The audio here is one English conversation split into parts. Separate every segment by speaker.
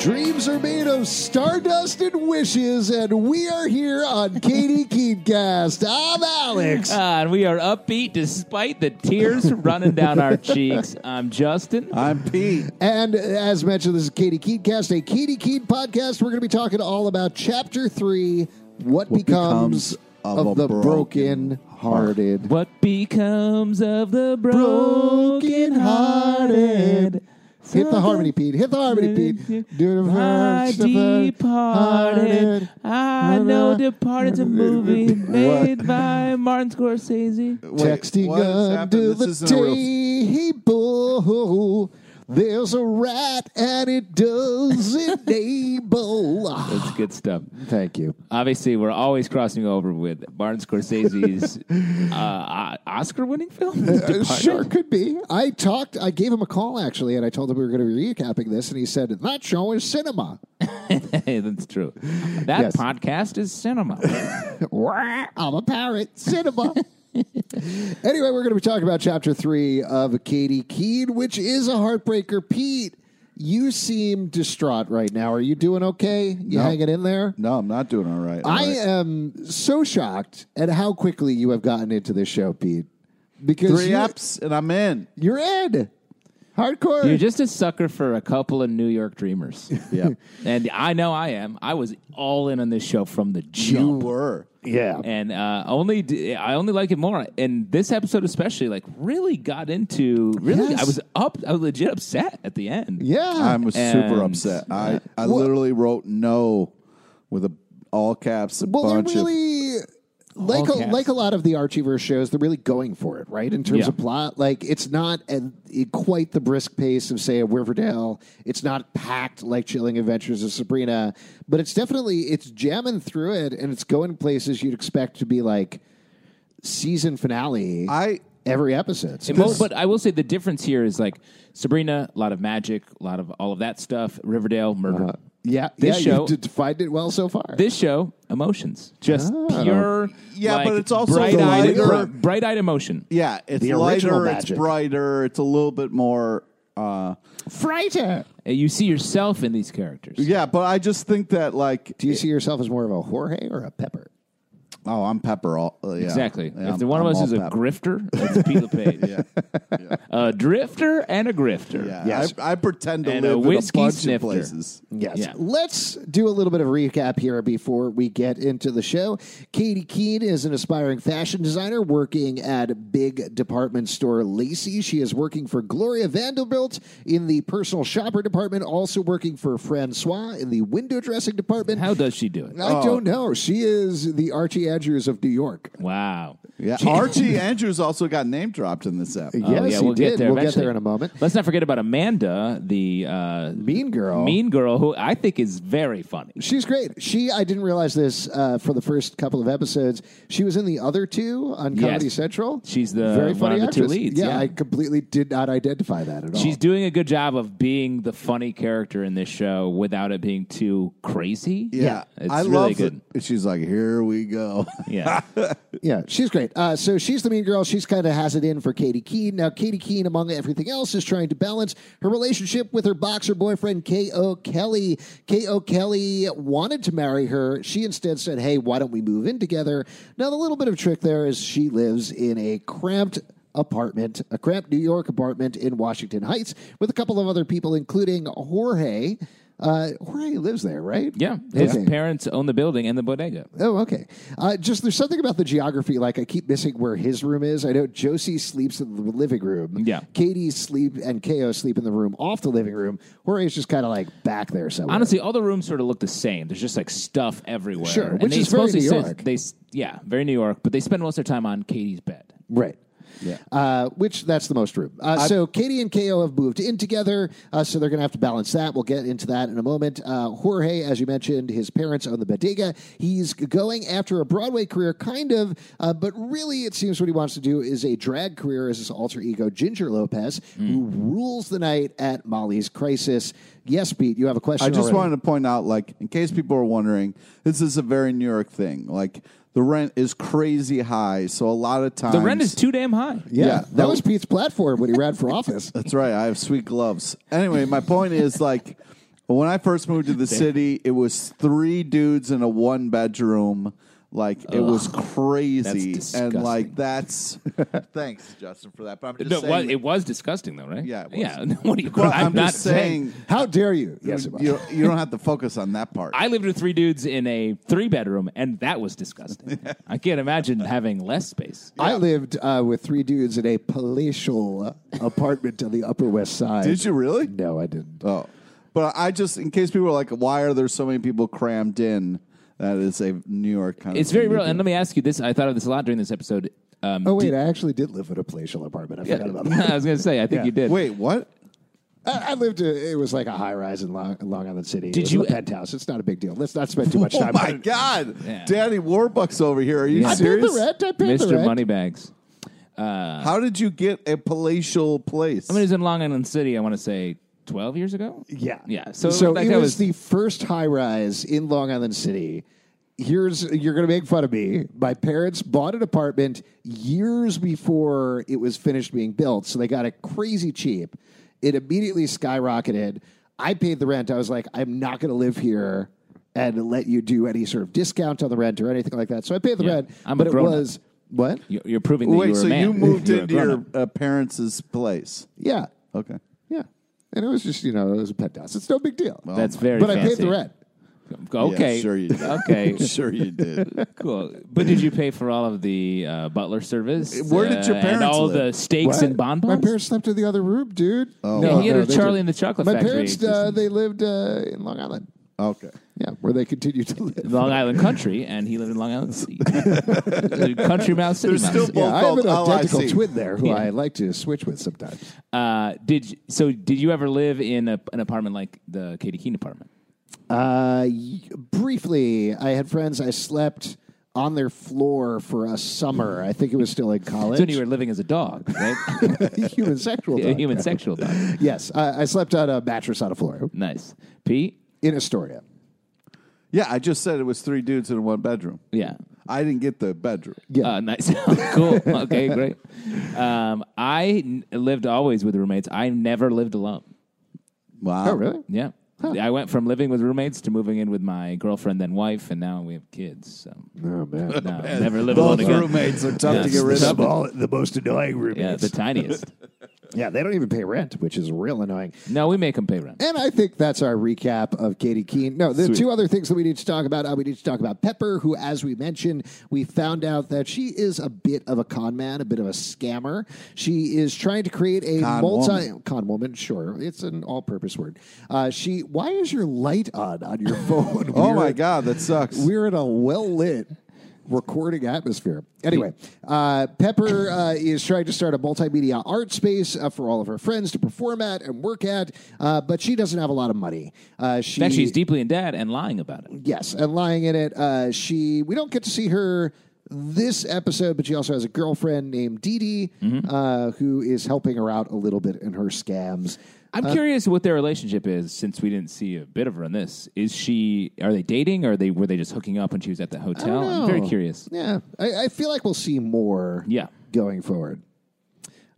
Speaker 1: Dreams are made of stardust and wishes, and we are here on Katie Keencast. I'm Alex.
Speaker 2: Uh.
Speaker 3: Ah, and we are upbeat despite the tears running down our cheeks. I'm Justin.
Speaker 4: I'm Pete.
Speaker 1: And as mentioned, this is Katie Keencast, a Katie Keen podcast. We're going to be talking all about Chapter 3 What, becomes, of,
Speaker 4: a
Speaker 1: the
Speaker 4: broken
Speaker 1: Broken Hearted.
Speaker 3: What becomes of the broken hearted?
Speaker 1: Hit the harmony, Pete. Hit the harmony, Pete. Do the
Speaker 3: I
Speaker 1: first of the
Speaker 3: departed.
Speaker 1: hearted.
Speaker 3: I know Departed's a movie made by Martin Scorsese.
Speaker 4: Wait,
Speaker 1: texting
Speaker 4: what has
Speaker 1: under
Speaker 4: happened? This
Speaker 1: the
Speaker 4: isn't a real-
Speaker 1: table. There's a rat and it doesn't neighbor.
Speaker 3: That's good stuff.
Speaker 1: Thank you.
Speaker 3: Obviously, we're always crossing over with Martin Scorsese's uh, uh, Oscar-winning film. Departed.
Speaker 1: Uh, Sure, could be. I talked. I gave him a call actually, and I told him we were going to be recapping this, and he said that show is cinema.
Speaker 3: Hey, that's true. That
Speaker 1: Yes.
Speaker 3: podcast is cinema.
Speaker 1: I'm a parrot. Cinema. anyway, we're going to be talking about chapter three of Katie Keene, which is a heartbreaker. Pete, you seem distraught right now. Are you doing okay? You
Speaker 4: No.
Speaker 1: hanging in there?
Speaker 4: No, I'm not doing all right.
Speaker 1: I
Speaker 4: All right.
Speaker 1: am so shocked at how quickly you have gotten into this show, Pete. Because
Speaker 4: three
Speaker 1: you,
Speaker 4: apps and I'm in.
Speaker 1: you're in hardcore.
Speaker 3: You're just a sucker for a couple of New York dreamers.
Speaker 4: Yeah,
Speaker 3: and I know I am. I was all in on this show from the
Speaker 4: you
Speaker 3: jump.
Speaker 4: were.
Speaker 1: yeah,
Speaker 3: And uh, only d- I only like it more. And this episode especially, like, really got into. Really,
Speaker 1: Yes.
Speaker 3: I was up. I was legit upset at the end.
Speaker 1: yeah.
Speaker 4: I'm
Speaker 3: And-
Speaker 4: super upset. I I literally wrote no with a all caps. A
Speaker 1: well, they're
Speaker 4: bunch of-
Speaker 1: really like a,
Speaker 3: All cast.
Speaker 1: like a lot of the Archieverse shows. They're really going for it, right? In terms
Speaker 3: Yeah.
Speaker 1: of plot, like it's not a, it- quite the brisk pace of say a Riverdale. It's not packed like Chilling Adventures of Sabrina, but it's definitely it's jamming through it, and it's going places you'd expect to be like season finale.
Speaker 4: I
Speaker 1: every episode. So
Speaker 3: Mo-
Speaker 1: this-
Speaker 3: but I will say the difference here is like Sabrina, a lot of magic, a lot of all of that stuff. Riverdale, murder.
Speaker 1: yeah,
Speaker 3: this
Speaker 1: yeah,
Speaker 3: show-
Speaker 1: you defined it well so far.
Speaker 3: This show, emotions, just
Speaker 1: Ah.
Speaker 3: pure.
Speaker 4: Yeah,
Speaker 3: like,
Speaker 4: but it's also
Speaker 3: bright-eyed,
Speaker 4: lighter.
Speaker 3: bright-eyed emotion.
Speaker 4: yeah, it's
Speaker 1: The original
Speaker 4: lighter. It's
Speaker 1: magic.
Speaker 4: brighter. It's a little bit more. Uh,
Speaker 1: Frighter.
Speaker 3: And You see yourself in these characters.
Speaker 4: yeah, but I just think that like,
Speaker 1: Do you see yourself as more of a Jorge or a Pepper?
Speaker 4: oh, I'm Pepper. All uh, yeah.
Speaker 3: Exactly.
Speaker 4: Yeah,
Speaker 3: if the one
Speaker 4: I'm-
Speaker 3: of
Speaker 4: I'm
Speaker 3: us is
Speaker 4: all
Speaker 3: a
Speaker 4: Pepper.
Speaker 3: grifter, it's Pete LePage. A drifter and a grifter.
Speaker 4: Yeah,
Speaker 1: Yes.
Speaker 4: I, I pretend to
Speaker 3: And a
Speaker 4: live in a
Speaker 3: whiskey
Speaker 4: bunch
Speaker 3: snifter.
Speaker 4: of places.
Speaker 1: Yes.
Speaker 3: Yeah.
Speaker 1: Let's do a little bit of recap here before we get into the show. Katie Keene is an aspiring fashion designer working at big department store Lacey. She is working for Gloria Vanderbilt in the personal shopper department, also working for Francois in the window dressing department.
Speaker 3: How does she do it?
Speaker 1: I don't know. She is the Archie Archie Andrews of New York.
Speaker 3: Wow.
Speaker 4: Yeah,
Speaker 3: Gee.
Speaker 4: Archie Andrews also got name dropped in this episode.
Speaker 3: Oh,
Speaker 1: yes,
Speaker 3: yeah,
Speaker 1: he
Speaker 3: we'll
Speaker 1: did.
Speaker 3: Get there
Speaker 1: we'll get
Speaker 3: eventually.
Speaker 1: there in a moment.
Speaker 3: Let's not forget about Amanda, the uh,
Speaker 1: Mean Girl.
Speaker 3: mean girl, who I think is very funny.
Speaker 1: She's great. She, I didn't realize this uh, for the first couple of episodes. She was in the other two on
Speaker 3: Yes.
Speaker 1: Comedy Central.
Speaker 3: She's the-
Speaker 1: very
Speaker 3: one
Speaker 1: funny
Speaker 3: of the two
Speaker 1: actress.
Speaker 3: leads,
Speaker 1: Yeah,
Speaker 3: yeah.
Speaker 1: I completely did not identify that at all.
Speaker 3: She's doing a good job of being the funny character in this show without it being too crazy.
Speaker 4: Yeah,
Speaker 3: It's
Speaker 4: I
Speaker 3: really
Speaker 4: love
Speaker 3: good.
Speaker 4: It. She's like, here we go.
Speaker 3: Yeah.
Speaker 1: Yeah, she's great. Uh, so she's the mean girl. She's kind of has it in for Katie Keene. Now, Katie Keene, among everything else, is trying to balance her relationship with her boxer boyfriend, K.O. Kelly. K.O. Kelly wanted to marry her. She instead said, hey, why don't we move in together? Now, the little bit of trick there is she lives in a cramped apartment, a cramped New York apartment in Washington Heights with a couple of other people, including Jorge. Uh, Jorge lives there, right?
Speaker 3: Yeah. His
Speaker 1: Okay.
Speaker 3: parents own the building and the bodega.
Speaker 1: Oh, okay. Uh, just there's something about the geography. Like I keep missing where his room is. I know Josie sleeps in the living room.
Speaker 3: Yeah.
Speaker 1: Katie sleep and Ko sleep in the room off the living room. Jorge's just kind of like back there somewhere.
Speaker 3: Honestly, all the rooms sort of look the same. There's just like stuff everywhere.
Speaker 1: Sure,
Speaker 3: And
Speaker 1: which
Speaker 3: they
Speaker 1: is very
Speaker 3: supposedly
Speaker 1: New
Speaker 3: said
Speaker 1: York.
Speaker 3: They, s- yeah, very New York. But they spend most of their time on Katie's bed.
Speaker 1: Right.
Speaker 4: Yeah.
Speaker 1: Uh, which that's the most room. Uh, so Katie and Ko have moved in together, uh, so they're going to have to balance that. We'll get into that in a moment. Uh, Jorge, as you mentioned, his parents own the bodega. He's going after a Broadway career, kind of, uh, but really, it seems what he wants to do is a drag career as his alter ego, Ginger Lopez, who
Speaker 4: Hmm.
Speaker 1: rules the night at Molly's Crisis. Yes, Pete, you have a question.
Speaker 4: I just
Speaker 1: already.
Speaker 4: wanted to point out, like, in case people are wondering, this is a very New York thing. Like, the rent is crazy high, so a lot of times
Speaker 3: The rent is too damn high.
Speaker 1: Yeah,
Speaker 4: yeah,
Speaker 1: that was Pete's platform when he ran for office.
Speaker 4: That's right. I have sweet gloves. Anyway, my point is like when I first moved to the city, it was three dudes in a one bedroom. Like it was crazy,
Speaker 3: that's
Speaker 4: and like
Speaker 3: disgusting.
Speaker 4: that's thanks, Justin, for that. But I'm just
Speaker 3: No, it,
Speaker 4: saying,
Speaker 3: was, it was disgusting, though, right?
Speaker 4: Yeah, it was.
Speaker 3: Yeah. what do you?
Speaker 4: But
Speaker 3: I'm,
Speaker 4: I'm,
Speaker 3: not
Speaker 4: just saying,
Speaker 1: How dare you? Yes, it was.
Speaker 4: you, you don't have to focus on that part.
Speaker 3: I lived with three dudes in a three bedroom, and that was disgusting. I can't imagine having less space.
Speaker 1: I lived uh, with three dudes in a palatial apartment on the Upper West Side.
Speaker 4: Did you really?
Speaker 1: No, I didn't.
Speaker 4: Oh, but I just in case people are like, why are there so many people crammed in? That is a New York kind.
Speaker 3: It's
Speaker 4: of
Speaker 3: very
Speaker 4: thing to
Speaker 3: real.
Speaker 4: do.
Speaker 3: And let me ask you this: I thought of this a lot during this episode. Um,
Speaker 1: Oh wait, I actually did live in a palatial apartment. I forgot about that.
Speaker 3: I was going to say, I think you did.
Speaker 4: Wait, what?
Speaker 1: I, I lived. A, it was like a high rise in Long, Long Island City. It
Speaker 3: Did
Speaker 1: was
Speaker 3: you-
Speaker 1: a penthouse? It's not a big deal. Let's not spend too much
Speaker 4: Oh
Speaker 1: time.
Speaker 4: my
Speaker 1: on it.
Speaker 4: God, Daddy Warbucks over here. Are you
Speaker 1: I paid
Speaker 4: serious?
Speaker 1: the rent. I paid the
Speaker 3: Mr.
Speaker 1: rent.
Speaker 3: Moneybags.
Speaker 4: How did you get a palatial place?
Speaker 3: I mean, it was in Long Island City. I want to say twelve years ago.
Speaker 1: Yeah,
Speaker 3: yeah. So,
Speaker 1: so
Speaker 3: like,
Speaker 1: it
Speaker 3: that
Speaker 1: was,
Speaker 3: was
Speaker 1: the first high rise in Long Island City. Here's you're going to make fun of me. My parents bought an apartment years before it was finished being built, so they got it crazy cheap. It immediately skyrocketed. I paid the rent. I was like, I'm not going to live here and let you do any sort of discount on the rent or anything like that. So I paid the
Speaker 3: Yeah.
Speaker 1: rent,
Speaker 3: I'm a
Speaker 1: but it
Speaker 3: grown-up.
Speaker 1: was what?
Speaker 3: You're, you're proving that
Speaker 4: Wait,
Speaker 3: you were
Speaker 4: so
Speaker 3: a man.
Speaker 4: you moved
Speaker 3: You're a
Speaker 4: into your
Speaker 3: grown-up.
Speaker 4: uh, parents' place?
Speaker 1: Yeah, Oh,
Speaker 4: Okay.
Speaker 1: yeah. And it was just you know it was a penthouse. It's no big deal.
Speaker 4: oh
Speaker 3: That's very.
Speaker 1: but I paid
Speaker 3: fancy.
Speaker 1: the rent.
Speaker 3: Okay.
Speaker 4: Yeah, sure you did.
Speaker 3: Okay.
Speaker 4: sure you did.
Speaker 3: Cool. But did you pay for all of the uh, butler service?
Speaker 4: Where did your
Speaker 3: uh,
Speaker 4: parents
Speaker 3: And all
Speaker 4: live?
Speaker 3: the steaks
Speaker 1: What?
Speaker 3: and bonbons?
Speaker 1: My parents slept in the other room, dude. Oh,
Speaker 3: Yeah, he had a Charlie and the Chocolate
Speaker 1: My
Speaker 3: Factory
Speaker 1: parents, uh, they lived uh, in Long Island.
Speaker 4: Okay.
Speaker 1: Yeah, where they continue to live.
Speaker 3: Long Island country, and he lived in Long Island City. country Mouse City
Speaker 4: There's
Speaker 3: Mouse.
Speaker 4: still
Speaker 3: City.
Speaker 4: both
Speaker 1: Yeah, oh, I have an
Speaker 4: called
Speaker 1: identical
Speaker 4: LIC.
Speaker 1: twin there who I like to switch with sometimes.
Speaker 3: Uh, did you, so? Did you ever live in a, an apartment like the Katie Keene apartment?
Speaker 1: Uh, y- briefly, I had friends I slept on their floor for a summer. I think it was still in college.
Speaker 3: So when you were living as a dog, right?
Speaker 1: human sexual.
Speaker 3: a
Speaker 1: dog.
Speaker 3: human sexual dog.
Speaker 1: Yes, I, I slept on a mattress on a floor
Speaker 3: Nice, Pete.
Speaker 1: in Astoria.
Speaker 4: Yeah, I just said it was three dudes in one bedroom.
Speaker 3: Yeah.
Speaker 4: I didn't get the bedroom.
Speaker 1: Yeah.
Speaker 3: Uh, nice. cool. Okay, great. Um, I n- lived always with roommates. I never lived alone.
Speaker 4: Wow.
Speaker 1: Oh, really?
Speaker 3: Yeah. I went from living with roommates to moving in with my girlfriend then wife, and now we have kids. So
Speaker 1: Oh man,
Speaker 3: no, never live alone
Speaker 4: Both
Speaker 3: again.
Speaker 4: roommates are tough to
Speaker 3: Yeah.
Speaker 4: get rid of.
Speaker 1: all the most annoying roommates.
Speaker 3: Yeah, the tiniest.
Speaker 1: Yeah, they don't even pay rent, which is real annoying.
Speaker 3: no, we make them pay rent.
Speaker 1: And I think that's our recap of Katie Keene. No, the two other things that we need to talk about. Uh, we need to talk about Pepper, who, as we mentioned, we found out that she is a bit of a con man, a bit of a scammer. She is trying to create a
Speaker 4: Con
Speaker 1: multi con woman. Sure, it's an all-purpose word. Uh, she. Why is your light on on your phone?
Speaker 4: Oh
Speaker 1: We're-
Speaker 4: my God, that sucks.
Speaker 1: We're in a well lit recording atmosphere. Anyway, uh, Pepper uh, is trying to start a multimedia art space uh, for all of her friends to perform at and work at, uh, but she doesn't have a lot of money. Uh, she,
Speaker 3: In fact, she's deeply in debt and lying about it.
Speaker 1: Yes, and lying in it. Uh, she we don't get to see her this episode, but she also has a girlfriend named Dee Dee uh, who is helping her out a little bit in her scams.
Speaker 3: I'm curious what their relationship is since we didn't see a bit of her in this. Is she? Are they dating? Or are they? Were they just hooking up when she was at the hotel? I'm very
Speaker 1: know.
Speaker 3: curious.
Speaker 1: Oh. Yeah, I, I feel like we'll see more.
Speaker 3: Yeah.
Speaker 1: going forward,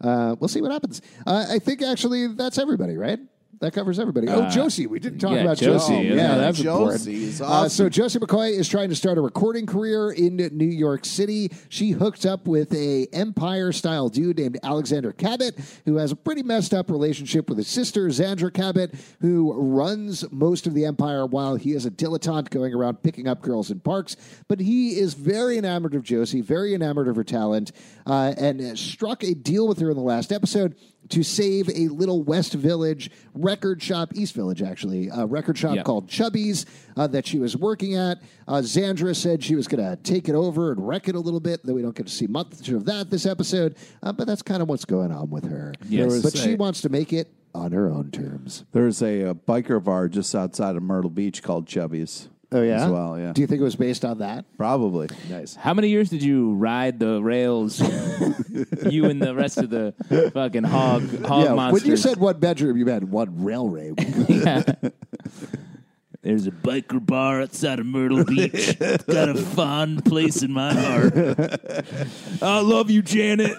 Speaker 1: uh, we'll see what happens. Uh, I think actually that's everybody, right? That covers everybody. oh, Josie, we didn't talk
Speaker 3: yeah,
Speaker 1: about Josie.
Speaker 3: Josie, isn't
Speaker 1: yeah,
Speaker 3: it?
Speaker 1: that's important.
Speaker 4: Josie is
Speaker 1: Uh, so
Speaker 4: awesome.
Speaker 1: Josie McCoy is trying to start a recording career in New York City. She hooked up with a Empire style dude named Alexander Cabot, who has a pretty messed up relationship with his sister Zandra Cabot, who runs most of the Empire while he is a dilettante going around picking up girls in parks. But he is very enamored of Josie, very enamored of her talent, uh, and uh, struck a deal with her in the last episode. To save a little West Village record shop, East Village actually, a record shop
Speaker 3: Yep.
Speaker 1: called called Chubby's uh, that she was working at. Uh, Zandra said she was going to take it over and wreck it a little bit. Though we don't get to see much of that this episode, uh, but that's kind of what's going on with her.
Speaker 3: Yes. There was
Speaker 1: but she
Speaker 4: a-
Speaker 1: wants to make it on her own terms.
Speaker 4: There's a, uh biker bar just outside of Myrtle Beach called Chubby's. as well, Oh, yeah,
Speaker 1: Oh, Do you think it was based on that?
Speaker 4: probably. Nice.
Speaker 3: How many years did you ride the rails? you and the rest of the fucking hog hog monsters.
Speaker 1: When you said one bedroom, you meant one railway.
Speaker 3: There's a biker bar outside of Myrtle Beach. It's got a fond place in my heart. I love you, Janet.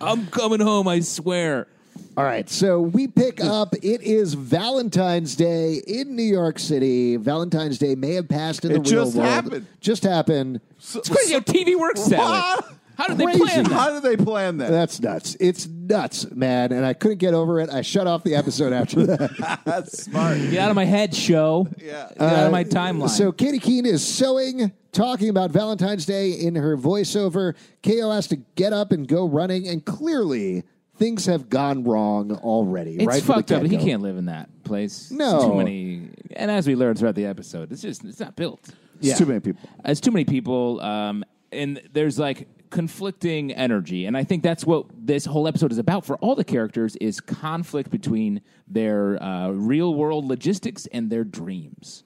Speaker 3: I'm coming home, I swear.
Speaker 1: All right, so we pick up. It is Valentine's Day in New York City. Valentine's Day may have passed in the
Speaker 4: It
Speaker 1: real
Speaker 4: just
Speaker 1: world.
Speaker 4: happened.
Speaker 1: Just happened.
Speaker 3: It's crazy how TV works that
Speaker 4: What?
Speaker 3: way. How did they
Speaker 1: Crazy.
Speaker 3: plan that?
Speaker 4: How do they plan that?
Speaker 1: That's nuts. It's nuts, man. And I couldn't get over it. I shut off the episode after that.
Speaker 4: That's smart.
Speaker 3: Get out of my head, show.
Speaker 4: Yeah.
Speaker 3: Get out of my timeline.
Speaker 1: so Katie Keene is sewing, talking about Valentine's Day in her voiceover. KO has to get up and go running, and clearly things have gone wrong already.
Speaker 3: it's
Speaker 1: right from the
Speaker 3: fucked up. He
Speaker 1: get-go.
Speaker 3: can't live in that place. It's
Speaker 1: No.
Speaker 3: too many. And as we learned throughout the episode, it's just it's not built.
Speaker 4: It's too many people.
Speaker 3: It's too many people, um, and there's like conflicting energy, and I think that's what this whole episode is about for all the characters is conflict between their uh, real world logistics and their dreams,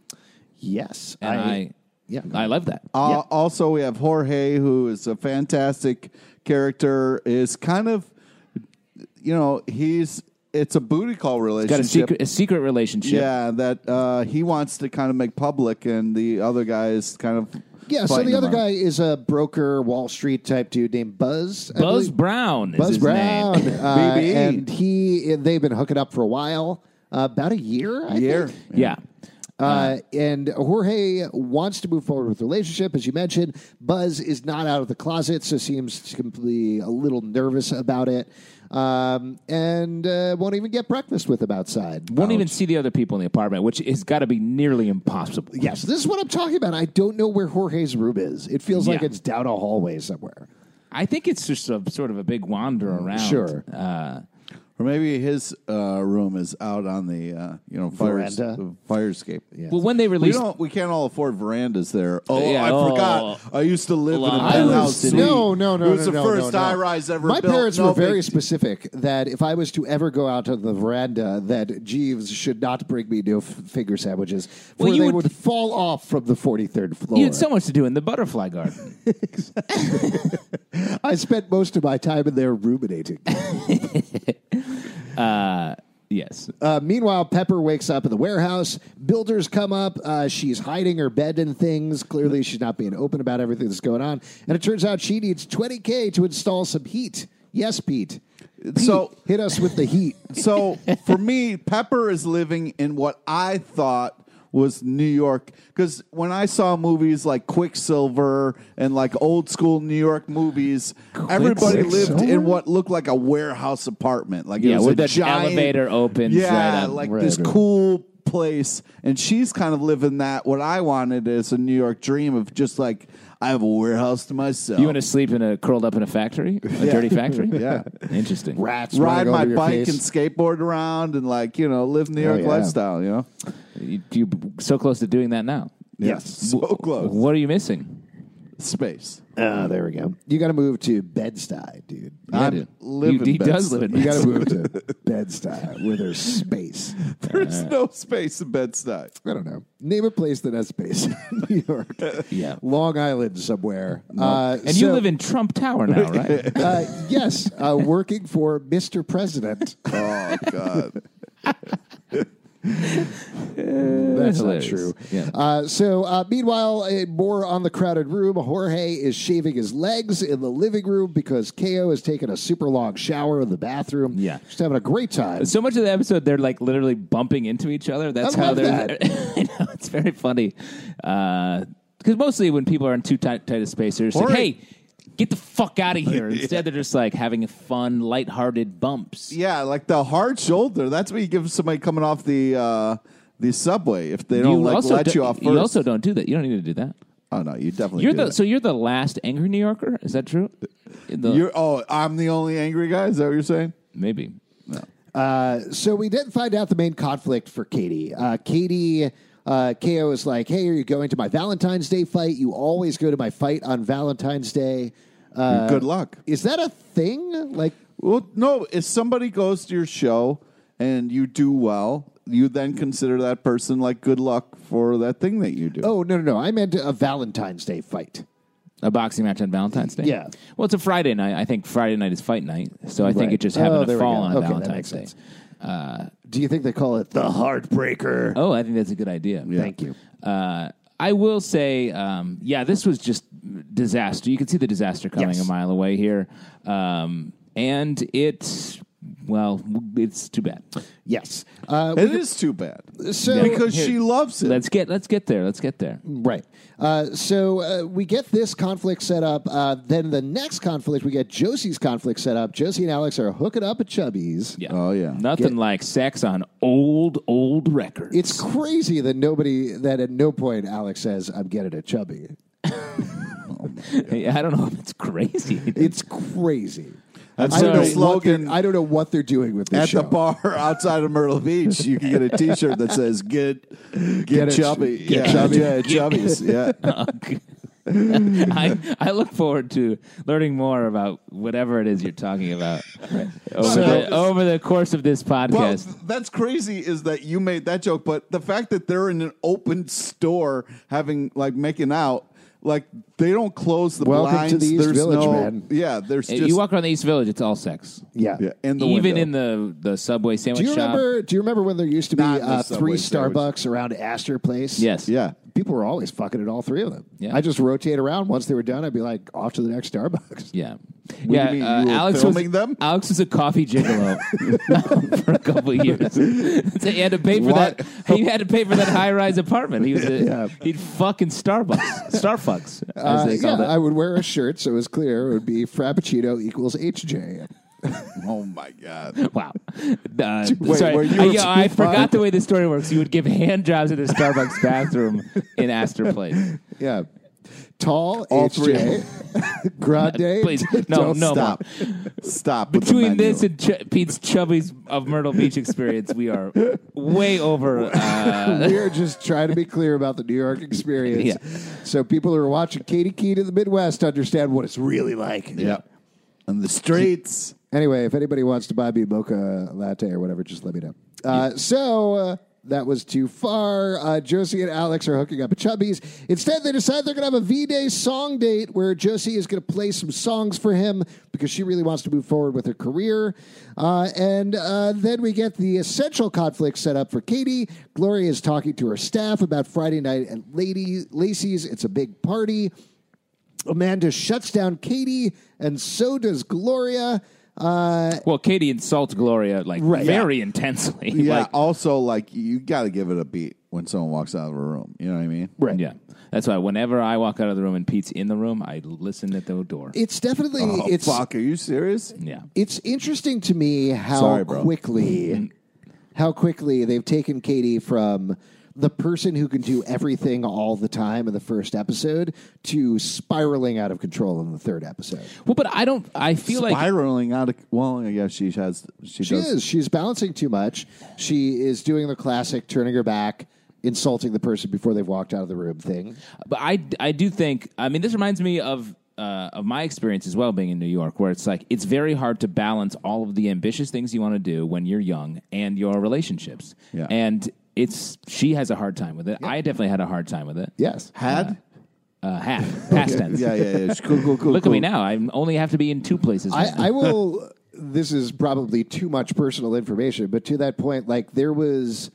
Speaker 1: Yes,
Speaker 3: and I,
Speaker 1: yeah.
Speaker 3: I love that.
Speaker 4: Uh, Also, we have Jorge, who is a fantastic character. Is kind of, you know, he's it's a booty call
Speaker 3: Got
Speaker 4: relationship.
Speaker 3: a secret a secret relationship.
Speaker 4: Yeah, that uh, he wants to kind of make public, and the other guy is kind of
Speaker 1: yeah. So
Speaker 4: fighting
Speaker 1: the
Speaker 4: him
Speaker 1: other
Speaker 4: on
Speaker 1: guy
Speaker 4: it.
Speaker 1: is a broker, Wall Street type dude named Buzz. I
Speaker 3: Buzz
Speaker 1: believe.
Speaker 3: Brown. Is
Speaker 1: Buzz
Speaker 3: his
Speaker 1: Brown,
Speaker 3: Name. E.
Speaker 1: uh,
Speaker 4: BB.
Speaker 1: and he they've been hooking up for a while, uh, about a year. I
Speaker 4: Year.
Speaker 1: think.
Speaker 3: yeah.
Speaker 1: Uh, and Jorge wants to move forward with the relationship, as you mentioned. Buzz is not out of the closet, so seems to be a little nervous about it, um, and uh, won't even get breakfast with him outside.
Speaker 3: Won't even see the other people in the apartment, which has got to be nearly impossible.
Speaker 1: Yes, this is what I'm talking about. I don't know where Jorge's room is. It feels like
Speaker 3: Yeah.
Speaker 1: it's down a hallway somewhere.
Speaker 3: I think it's just a sort of a big wander
Speaker 4: Mm,
Speaker 3: around.
Speaker 1: Sure.
Speaker 3: Uh,
Speaker 4: or maybe his uh, room is out on the uh, you know fire
Speaker 1: Veranda?
Speaker 4: fire escape.
Speaker 3: well, when they
Speaker 4: We
Speaker 3: released
Speaker 4: don't. We can't all afford verandas there. Oh,
Speaker 3: Yeah,
Speaker 4: I
Speaker 3: oh.
Speaker 4: forgot. I used to live in a
Speaker 3: Lot. I
Speaker 4: penthouse.
Speaker 3: was-
Speaker 4: suite.
Speaker 1: no, no, no.
Speaker 4: It was
Speaker 1: no,
Speaker 4: the
Speaker 1: no,
Speaker 4: first
Speaker 1: no, no.
Speaker 4: high rise ever
Speaker 1: My
Speaker 4: built.
Speaker 1: parents
Speaker 4: No
Speaker 1: were very
Speaker 4: big-
Speaker 1: specific that if I was to ever go out on the veranda, that Jeeves should not bring me no f- finger sandwiches, for
Speaker 3: Well, you
Speaker 1: they would,
Speaker 3: would-
Speaker 1: fall off from the forty third floor.
Speaker 3: you had so much to do in the butterfly garden.
Speaker 1: I spent most of my time in there ruminating.
Speaker 3: yes.
Speaker 1: Uh, meanwhile, Pepper wakes up in the warehouse. Builders come up. Uh, she's hiding her bed and things. Clearly, she's not being open about everything that's going on. And it turns out she needs 20K to install some heat. Yes, Pete. Pete
Speaker 4: So-
Speaker 1: hit us with the heat.
Speaker 4: So for me, Pepper is living in what I thought was New York because when I saw movies like Quicksilver and like old school New York movies, everybody lived in what looked like a warehouse apartment, like
Speaker 3: Yeah,
Speaker 4: it was
Speaker 3: where
Speaker 4: a
Speaker 3: the
Speaker 4: giant,
Speaker 3: elevator opens
Speaker 4: yeah,
Speaker 3: right up.
Speaker 4: like
Speaker 1: Right,
Speaker 4: this
Speaker 1: right.
Speaker 4: cool place. And she's kind of living that. What I wanted is a New York dream of just like I have a warehouse to myself.
Speaker 3: You want to sleep in a curled up in a factory, a dirty factory?
Speaker 4: Yeah.
Speaker 3: Interesting.
Speaker 1: Rats
Speaker 4: ride
Speaker 1: running
Speaker 4: my
Speaker 1: over your
Speaker 4: bike
Speaker 1: face.
Speaker 4: and skateboard around and like you know live New York
Speaker 1: yeah.
Speaker 4: lifestyle. You know.
Speaker 3: You, you so close to doing that now.
Speaker 4: Yes. So close.
Speaker 3: What are you missing?
Speaker 4: Space.
Speaker 1: Ah, there we go. You got to move to Bed-Stuy, dude.
Speaker 4: I'm
Speaker 3: dude.
Speaker 4: living
Speaker 3: You- he does
Speaker 4: best.
Speaker 3: live in
Speaker 1: You got
Speaker 3: best.
Speaker 1: to move to Bed-Stuy where there's space.
Speaker 4: There's no space in Bed-Stuy.
Speaker 1: I don't know. Name a place that has space in New York.
Speaker 3: Yeah.
Speaker 1: Long Island somewhere. Uh,
Speaker 3: And you
Speaker 1: so-
Speaker 3: live in Trump Tower now, right?
Speaker 1: Uh, yes, uh, working for Mr. President.
Speaker 4: Oh, God.
Speaker 1: That's not
Speaker 3: hilarious.
Speaker 1: true.
Speaker 3: Yeah.
Speaker 1: Uh, so, uh, meanwhile, uh, more on the crowded room. Jorge is shaving his legs in the living room because KO has taken a super long shower in the bathroom.
Speaker 3: Yeah.
Speaker 1: Just having a great time.
Speaker 3: so much of the episode, they're like literally bumping into each other. That's
Speaker 1: I
Speaker 3: how
Speaker 1: love
Speaker 3: they're.
Speaker 1: that.
Speaker 3: I know, it's very funny. Because mostly when people are in too tight, tight a space, they're just
Speaker 4: Or-
Speaker 3: like, hey, get the fuck out of here. Instead, they're just like having fun, lighthearted bumps.
Speaker 4: Yeah, like the hard shoulder. That's what you give somebody coming off the uh, the subway if they don't like let
Speaker 3: do-
Speaker 4: you off first.
Speaker 3: you also don't do that. You don't need to do that.
Speaker 4: oh no, you definitely.
Speaker 3: You're
Speaker 4: do
Speaker 3: the
Speaker 4: that.
Speaker 3: so you're the last angry New Yorker. Is that true? The-
Speaker 4: You're oh, I'm the only angry guy. Is that what you're saying?
Speaker 3: maybe.
Speaker 1: so we didn't find out the main conflict for Katie. Uh, Katie, uh, KO is like, hey, are you going to my Valentine's Day fight? You always go to my fight on Valentine's Day. Uh,
Speaker 4: Good luck.
Speaker 1: is that a thing? Like,
Speaker 4: Well, no. If somebody goes to your show and you do well, you then consider that person like good luck for that thing that you do.
Speaker 1: oh, no, no, no. I meant a Valentine's Day fight.
Speaker 3: A boxing match on Valentine's Day.
Speaker 1: Yeah.
Speaker 3: Well, it's a Friday night. I think Friday night is fight night, so I think
Speaker 1: Right.
Speaker 3: it just happened
Speaker 1: Oh, there
Speaker 3: to
Speaker 1: we go.
Speaker 3: fall on
Speaker 1: Okay, that
Speaker 3: Valentine's Day.
Speaker 1: makes sense. Do you think they call it the Heartbreaker?
Speaker 3: Oh, I think that's a good idea.
Speaker 1: Thank you.
Speaker 3: Uh, I will say, um, yeah, this was just disaster. You could see the disaster coming
Speaker 1: Yes.
Speaker 3: a mile away here, um, and it's well, it's too bad.
Speaker 1: Yes. Uh,
Speaker 4: it is too bad.
Speaker 1: So-
Speaker 4: because she loves it.
Speaker 3: Let's get let's get there. Let's get there.
Speaker 1: Right. Uh, so uh, we get this conflict set up. Uh, then the next conflict, we get Josie's conflict set up. Josie and Alex are hooking up at Chubby's.
Speaker 3: Yeah.
Speaker 4: Oh, yeah.
Speaker 3: Nothing
Speaker 1: Get-
Speaker 3: like sex on old old records.
Speaker 1: It's crazy that nobody, that at no point Alex says, I'm getting a Chubby.
Speaker 3: I don't know if it's crazy.
Speaker 1: It's crazy.
Speaker 4: That's
Speaker 1: I don't,
Speaker 4: the
Speaker 1: know what they're-
Speaker 4: slogan.
Speaker 1: I don't know what they're doing with this
Speaker 4: at
Speaker 1: show.
Speaker 4: the bar outside of Myrtle Beach, you can get a T-shirt that says "Get Get,
Speaker 1: Get it-
Speaker 4: Chubby,"
Speaker 1: get
Speaker 4: yeah,
Speaker 1: chubby.
Speaker 4: yeah, Chubbies, yeah.
Speaker 3: I, I look forward to learning more about whatever it is you're talking about over,
Speaker 4: So-
Speaker 3: the, over the course of this
Speaker 4: Well,
Speaker 3: podcast.
Speaker 4: that's crazy is that you made that joke, but the fact that they're in an open store having like making out, like they don't close the
Speaker 1: Welcome to
Speaker 4: blinds.
Speaker 1: the East
Speaker 4: there's
Speaker 1: Village,
Speaker 4: no,
Speaker 1: man.
Speaker 4: yeah, there's just
Speaker 3: you walk around the East Village, it's all sex.
Speaker 1: yeah.
Speaker 4: yeah, in the
Speaker 3: Even
Speaker 4: window.
Speaker 3: in the, the subway sandwich
Speaker 1: Do you
Speaker 3: shop.
Speaker 1: remember? Do you remember when there used to be
Speaker 4: Not in the
Speaker 1: uh, three
Speaker 4: subway sandwich.
Speaker 1: Starbucks around Astor Place?
Speaker 3: Yes.
Speaker 4: yeah.
Speaker 1: people were always fucking at all three of them.
Speaker 3: Yeah.
Speaker 1: I just rotate around. Once they were done, I'd be like off to the next Starbucks.
Speaker 3: Yeah.
Speaker 4: do
Speaker 3: yeah,
Speaker 4: you mean,
Speaker 3: uh,
Speaker 4: you were
Speaker 3: Alex was
Speaker 4: filming them?
Speaker 3: Alex was a coffee gigolo for a couple of years. so he had to pay for
Speaker 4: What?
Speaker 3: that. He had to pay for that high rise apartment. He was a,
Speaker 1: Yeah.
Speaker 3: he'd fucking Starbucks, Starfucks, as
Speaker 1: Uh,
Speaker 3: they
Speaker 1: yeah,
Speaker 3: called it.
Speaker 1: I would wear a shirt so it was clear. It would be Frappuccino equals HJ.
Speaker 4: Oh my god.
Speaker 3: Wow. Uh,
Speaker 4: Wait,
Speaker 3: sorry.
Speaker 4: were you
Speaker 3: I,
Speaker 4: a
Speaker 3: yeah, I
Speaker 4: spoon
Speaker 3: forgot
Speaker 4: pod?
Speaker 3: the way this story works. You would give hand jobs at the Starbucks bathroom in Astor Place.
Speaker 1: Yeah. Tall,
Speaker 4: All
Speaker 1: HJ, grande.
Speaker 3: Please, no,
Speaker 4: Don't
Speaker 3: no
Speaker 4: stop.
Speaker 3: more.
Speaker 4: Stop. with the
Speaker 3: Between
Speaker 4: menu.
Speaker 3: this and Ch- Pete's Chubby's of Myrtle Beach experience, we are way over. Uh,
Speaker 1: we are just trying to be clear about the New York experience.
Speaker 3: Yeah.
Speaker 1: So people who are watching Katie Key to the Midwest understand what it's really like.
Speaker 4: yeah, and the streets.
Speaker 1: Anyway, if anybody wants to buy me a mocha latte or whatever, just let me know. Uh, so uh, that was too far. Uh, Josie and Alex are hooking up at Chubby's. Instead, they decide they're going to have a V Day song date where Josie is going to play some songs for him because she really wants to move forward with her career. Uh, and uh, then we get the essential conflict set up for Katie. Gloria is talking to her staff about Friday night at Lady Lacey's. It's a big party. Amanda shuts down Katie, and so does Gloria. Uh,
Speaker 3: well, Katie insults Gloria like
Speaker 1: Right.
Speaker 3: very intensely.
Speaker 4: Yeah.
Speaker 3: Like,
Speaker 4: also, like you got to give it a beat when someone walks out of a room. You know what I mean?
Speaker 1: right.
Speaker 3: yeah. That's why whenever I walk out of the room and Pete's in the room, I listen at the door.
Speaker 1: It's definitely
Speaker 4: Oh,
Speaker 1: it's
Speaker 4: fuck. Are you serious?
Speaker 3: yeah.
Speaker 1: it's interesting to me how
Speaker 4: Sorry, bro.
Speaker 1: quickly how quickly they've taken Katie from the person who can do everything all the time in the first episode to spiraling out of control in the third episode.
Speaker 3: Well, but I don't. I feel like
Speaker 4: spiraling out of well i guess she has she,
Speaker 1: She
Speaker 4: does
Speaker 1: is. She's balancing too much. She is doing the classic turning her back insulting the person before they've walked out of the room thing.
Speaker 3: But I, I do think, I mean, this reminds me of. Uh, of my experience as well being in New York, where it's like it's very hard to balance all of the ambitious things you want to do when you're young and your relationships.
Speaker 4: Yeah.
Speaker 3: And it's she has a hard time with it. I definitely had a hard time with it.
Speaker 1: Yes.
Speaker 4: Had?
Speaker 3: Uh, half past tense.
Speaker 4: Yeah, yeah, yeah. Cool, cool, cool.
Speaker 3: Look at
Speaker 4: cool.
Speaker 3: me now. I only have to be in two places. right now.
Speaker 1: I, I will. This is probably too much personal information, but to that point, like there was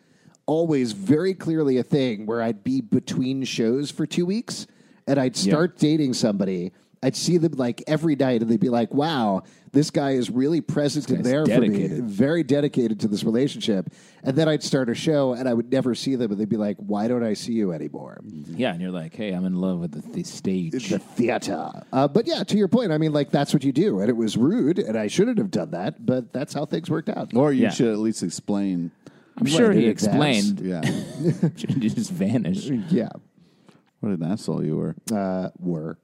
Speaker 1: always very clearly a thing where I'd be between shows for two weeks and I'd start dating somebody. I'd see them like every night and they'd be like, wow, this guy is really present and
Speaker 3: guy's
Speaker 1: there for
Speaker 3: dedicated.
Speaker 1: me, very dedicated to this relationship. And then I'd start a show and I would never see them and they'd be like, why don't I see you anymore?
Speaker 3: yeah, and you're like, hey, I'm in love with the, the stage.
Speaker 1: the theater. Uh, but yeah, to your point, I mean, like that's what you do, and it was rude, and I shouldn't have done that, but that's how things worked out.
Speaker 4: Or you
Speaker 3: Yeah.
Speaker 4: should at least explain.
Speaker 3: I'm sure he
Speaker 1: did
Speaker 3: explained.
Speaker 4: Yeah.
Speaker 3: You just vanish.
Speaker 1: Yeah,
Speaker 4: what an asshole you were.
Speaker 1: uh, were.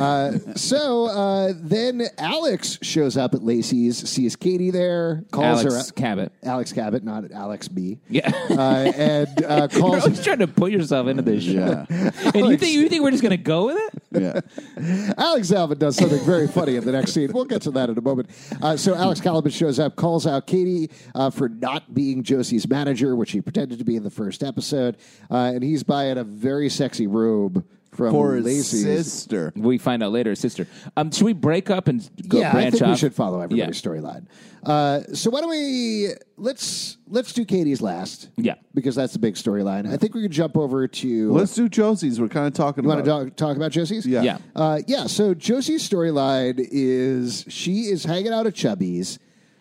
Speaker 1: Uh, so uh, then Alex shows up at Lacey's, sees Katie there, calls her
Speaker 3: Alex
Speaker 1: up.
Speaker 3: Cabot.
Speaker 1: Alex Cabot, not Alex B.
Speaker 3: Yeah.
Speaker 1: Uh, and uh,
Speaker 3: You're
Speaker 1: calls
Speaker 3: always trying to put yourself into this shit.
Speaker 4: Yeah.
Speaker 3: And you think you think we're just gonna go with it?
Speaker 4: yeah.
Speaker 1: Alex Alvin does something very funny in the next scene. We'll get to that in a moment. Uh, so Alex Caliban shows up, calls out Katie uh, for not being Josie's manager, which he pretended to be in the first episode, uh, and he's buying a very sexy robe from
Speaker 4: For his
Speaker 1: Lacey's.
Speaker 4: sister.
Speaker 3: We find out later, sister. Um, should we break up and go
Speaker 1: yeah, I
Speaker 3: branch
Speaker 1: think we
Speaker 3: off?
Speaker 1: should follow everybody's
Speaker 3: Yeah.
Speaker 1: storyline. Uh, so why don't we let's let's do Katie's last,
Speaker 3: Yeah.
Speaker 1: because that's the big storyline. I think we can jump over to
Speaker 4: Let's do Josie's. We're kind of talking
Speaker 1: You want
Speaker 4: about
Speaker 1: to talk, talk about Josie's?
Speaker 4: Yeah.
Speaker 3: Yeah.
Speaker 1: Uh, yeah. So Josie's storyline is she is hanging out at Chubby's.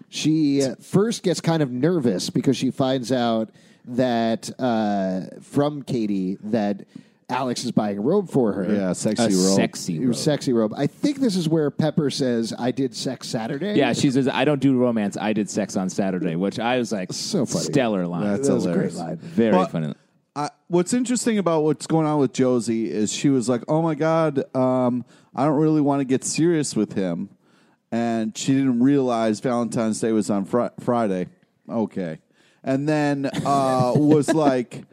Speaker 1: She first gets kind of nervous because she finds out that uh, from Katie that Alex is buying a robe for her.
Speaker 4: Yeah, sexy
Speaker 3: A
Speaker 4: role.
Speaker 3: sexy
Speaker 1: It was
Speaker 3: robe.
Speaker 1: sexy robe. I think this is where Pepper says, "I did sex Saturday."
Speaker 3: Yeah, she says, I don't do romance, I did sex on Saturday, which I was like
Speaker 1: So funny.
Speaker 3: stellar line.
Speaker 4: That's
Speaker 1: that was a great
Speaker 4: hilarious.
Speaker 1: line.
Speaker 3: Very
Speaker 4: But-
Speaker 3: funny.
Speaker 4: I, what's interesting about what's going on with Josie is she was like, "Oh my god, um, I don't really want to get serious with him," and she didn't realize Valentine's Day was on fri- Friday. Okay, and then uh, was like.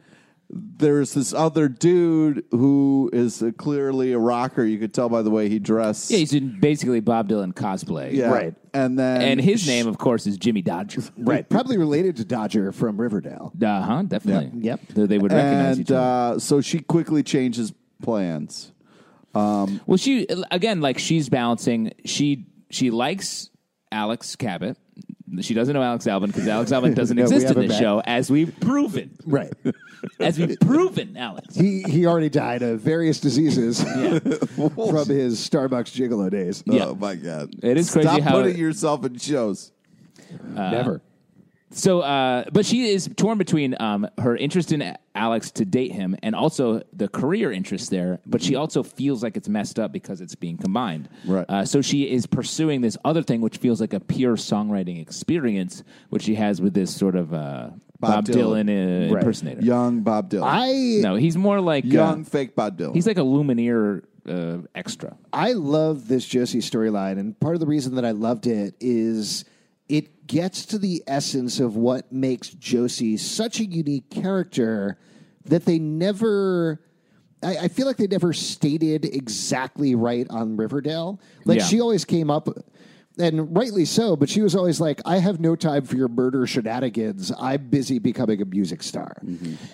Speaker 4: There's this other dude who is uh, clearly a rocker. You could tell by the way he dressed.
Speaker 3: Yeah, he's in basically Bob Dylan cosplay.
Speaker 4: Yeah.
Speaker 1: Right.
Speaker 4: And then
Speaker 3: And his name, of course, is Jimmy Dodger.
Speaker 1: right. Probably related to Dodger from Riverdale.
Speaker 3: Uh huh, definitely.
Speaker 1: Yep.
Speaker 3: They- They would recognize
Speaker 4: and
Speaker 3: each other.
Speaker 4: uh, so she quickly changes plans.
Speaker 3: Well, she again, like she's balancing. She she likes Alex Cabot. She doesn't know Alex Alvin because Alex Alvin doesn't
Speaker 1: No, we
Speaker 3: exist in
Speaker 1: haven't
Speaker 3: this
Speaker 1: met.
Speaker 3: show, as we've proven.
Speaker 1: Right.
Speaker 3: As we've proven, Alex.
Speaker 1: he he already died of various diseases from his Starbucks gigolo days.
Speaker 3: Yeah.
Speaker 4: Oh my god!
Speaker 3: It is crazy
Speaker 4: Stop
Speaker 3: how-
Speaker 4: putting yourself in shows.
Speaker 1: Never.
Speaker 3: So, uh, but she is torn between um, her interest in Alex to date him and also the career interest there. But she also feels like it's messed up because it's being combined.
Speaker 4: Right.
Speaker 3: Uh, so she is pursuing this other thing, which feels like a pure songwriting experience, which she has with this sort of uh,
Speaker 4: Bob
Speaker 3: Bob,
Speaker 4: Dylan.
Speaker 3: Dylan, uh, impersonator.
Speaker 4: Young Bob Dylan.
Speaker 1: I
Speaker 3: No, he's more like
Speaker 4: Young
Speaker 3: uh,
Speaker 4: fake Bob Dylan.
Speaker 3: He's like a Lumineer uh, extra.
Speaker 1: I love this Josie storyline, and part of the reason that I loved it is it gets to the essence of what makes Josie such a unique character that they never. I, I feel like they never stated exactly right on Riverdale. Like
Speaker 3: Yeah.
Speaker 1: she always came up. And rightly so, but she was always like, I have no time for your murder shenanigans. I'm busy becoming a music star.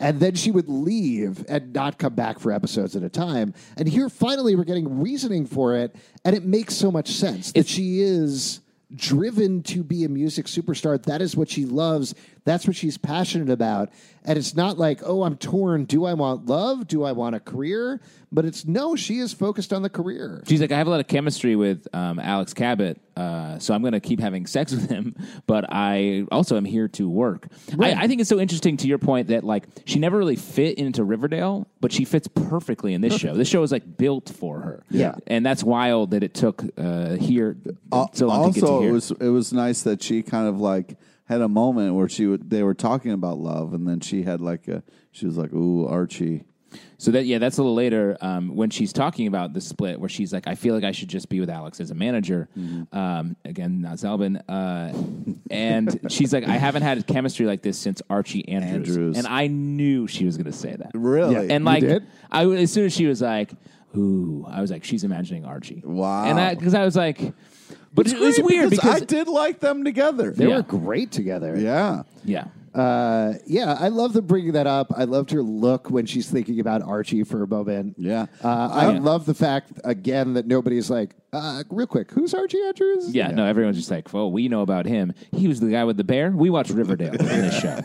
Speaker 1: And then she would leave and not come back for episodes at a time. And here, finally, we're getting reasoning for it. And it makes so much sense that she is driven to be a music superstar. That is what she loves. That's what she's passionate about. And it's not like, oh, I'm torn. Do I want love? Do I want a career? But it's no, she is focused on the career.
Speaker 3: She's like, I have a lot of chemistry with um, Alex Cabot, uh, so I'm going to keep having sex with him. But I also am here to work. I, I think it's so interesting to your point that like she never really fit into Riverdale, but she fits perfectly in this show. This show is like built for her.
Speaker 1: Yeah.
Speaker 3: and that's wild that it took uh, here
Speaker 4: Uh,
Speaker 3: so long to get to
Speaker 4: also,
Speaker 3: here.
Speaker 4: it was it was nice that she kind of like had a moment where she would, they were talking about love, and then she had like a she was like, "Ooh, Archie."
Speaker 3: So that yeah, that's a little later um, when she's talking about the split, where she's like, "I feel like I should just be with Alex as a manager." Um, again, not Zelbin. Uh, and she's like, "I haven't had chemistry like this since Archie Andrews,",
Speaker 4: Andrews.
Speaker 3: and I knew she was going to say that.
Speaker 4: Really?
Speaker 1: Yeah,
Speaker 3: And
Speaker 1: You
Speaker 3: like,
Speaker 1: did?
Speaker 3: I w- as soon as she was like, "Ooh," I was like, "She's imagining Archie."
Speaker 4: Wow.
Speaker 3: And because I, was like, but it was
Speaker 4: Great,
Speaker 3: weird
Speaker 4: I
Speaker 3: because,
Speaker 4: did like them together.
Speaker 1: They
Speaker 3: Yeah.
Speaker 1: were great together.
Speaker 4: Yeah.
Speaker 3: yeah.
Speaker 1: Uh, yeah, I love them bringing that up. I loved her look when she's thinking about Archie for a moment.
Speaker 4: Yeah.
Speaker 1: Uh, I
Speaker 3: Yeah.
Speaker 1: love the fact, again, that nobody's like, uh, real quick, who's Archie Andrews?
Speaker 3: Yeah, no, everyone's just like, well, we know about him. He was the guy with the bear. We watch Riverdale on this show.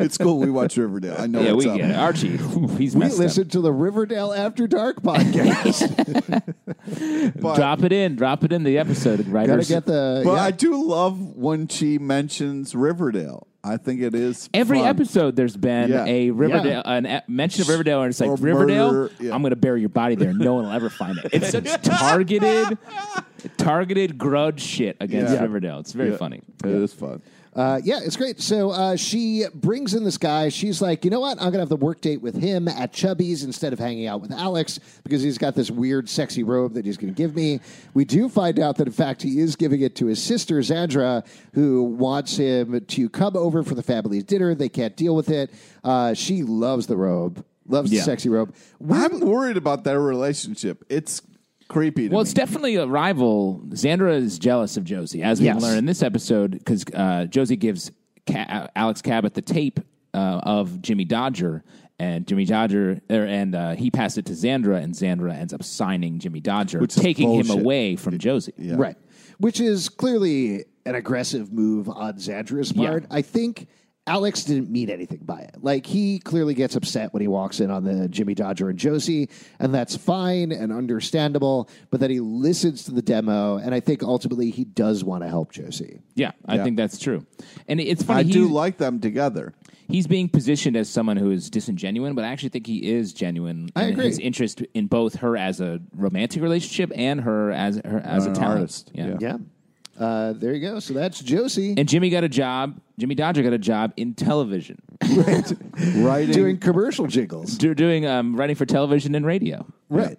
Speaker 4: It's cool. We watch Riverdale. I know
Speaker 3: yeah, we
Speaker 4: what's up.
Speaker 3: get it. Archie, he's
Speaker 1: We
Speaker 3: messed
Speaker 1: listen to the Riverdale After Dark podcast.
Speaker 3: up. Drop it in. Drop it in the episode.
Speaker 1: Gotta
Speaker 3: Writers.
Speaker 1: get the.
Speaker 4: But
Speaker 1: yeah.
Speaker 4: I do love when she mentions Riverdale. I think it is
Speaker 3: Every
Speaker 4: fun.
Speaker 3: episode, there's been
Speaker 4: Yeah.
Speaker 3: a Riverdale, an a mention of Riverdale, and it's like
Speaker 4: Or
Speaker 3: Riverdale.
Speaker 4: murder, yeah.
Speaker 3: I'm going to bury your body there. No one will ever find it. It's such targeted, targeted grudge shit against
Speaker 4: Yeah.
Speaker 3: Riverdale. It's very
Speaker 4: Yeah.
Speaker 3: funny.
Speaker 4: It is fun.
Speaker 1: Uh, yeah, it's great. So uh, she brings in this guy. She's like, you know what? I'm going to have the work date with him at Chubby's instead of hanging out with Alex because he's got this weird, sexy robe that he's going to give me. We do find out that, in fact, he is giving it to his sister, Zandra, who wants him to come over for the family dinner. They can't deal with it. Uh, she loves the robe, loves
Speaker 3: Yeah.
Speaker 1: the sexy robe.
Speaker 4: I'm worried about their relationship. It's creepy. To
Speaker 3: Well,
Speaker 4: me.
Speaker 3: it's definitely a rival. Xandra is jealous of Josie, as we
Speaker 1: Yes.
Speaker 3: learn in this episode, because uh, Josie gives Ca- uh, Alex Cabot the tape uh, of Jimmy Dodger, and Jimmy Dodger, er, and uh, he passed it to Xandra, and Xandra ends up signing Jimmy Dodger,
Speaker 4: Which is
Speaker 3: taking him
Speaker 4: bullshit.
Speaker 3: away from Josie.
Speaker 4: Yeah.
Speaker 1: Right. Which is clearly an aggressive move on Zandra's part. I think Alex didn't mean anything by it. Like, he clearly gets upset when he walks in on the Jimmy Dodger and Josie, and that's fine and understandable, but then he listens to the demo, and I think ultimately he does want to help Josie.
Speaker 3: Yeah, I
Speaker 4: Yeah.
Speaker 3: think that's true. And it's funny.
Speaker 4: I do
Speaker 3: he's-
Speaker 4: like them together.
Speaker 3: he's being positioned as someone who is disingenuine, but I actually think he is genuine.
Speaker 1: I
Speaker 3: in
Speaker 1: agree.
Speaker 3: His interest in both her as a romantic relationship and her as her as a
Speaker 4: an
Speaker 3: talent.
Speaker 4: artist, yeah.
Speaker 1: Yeah. Uh, there you go. So that's Josie
Speaker 3: And Jimmy got a job. Jimmy Dodger got a job in television.
Speaker 4: Writing.
Speaker 1: doing commercial jingles.
Speaker 3: They're doing um, writing for television and radio.
Speaker 1: Right.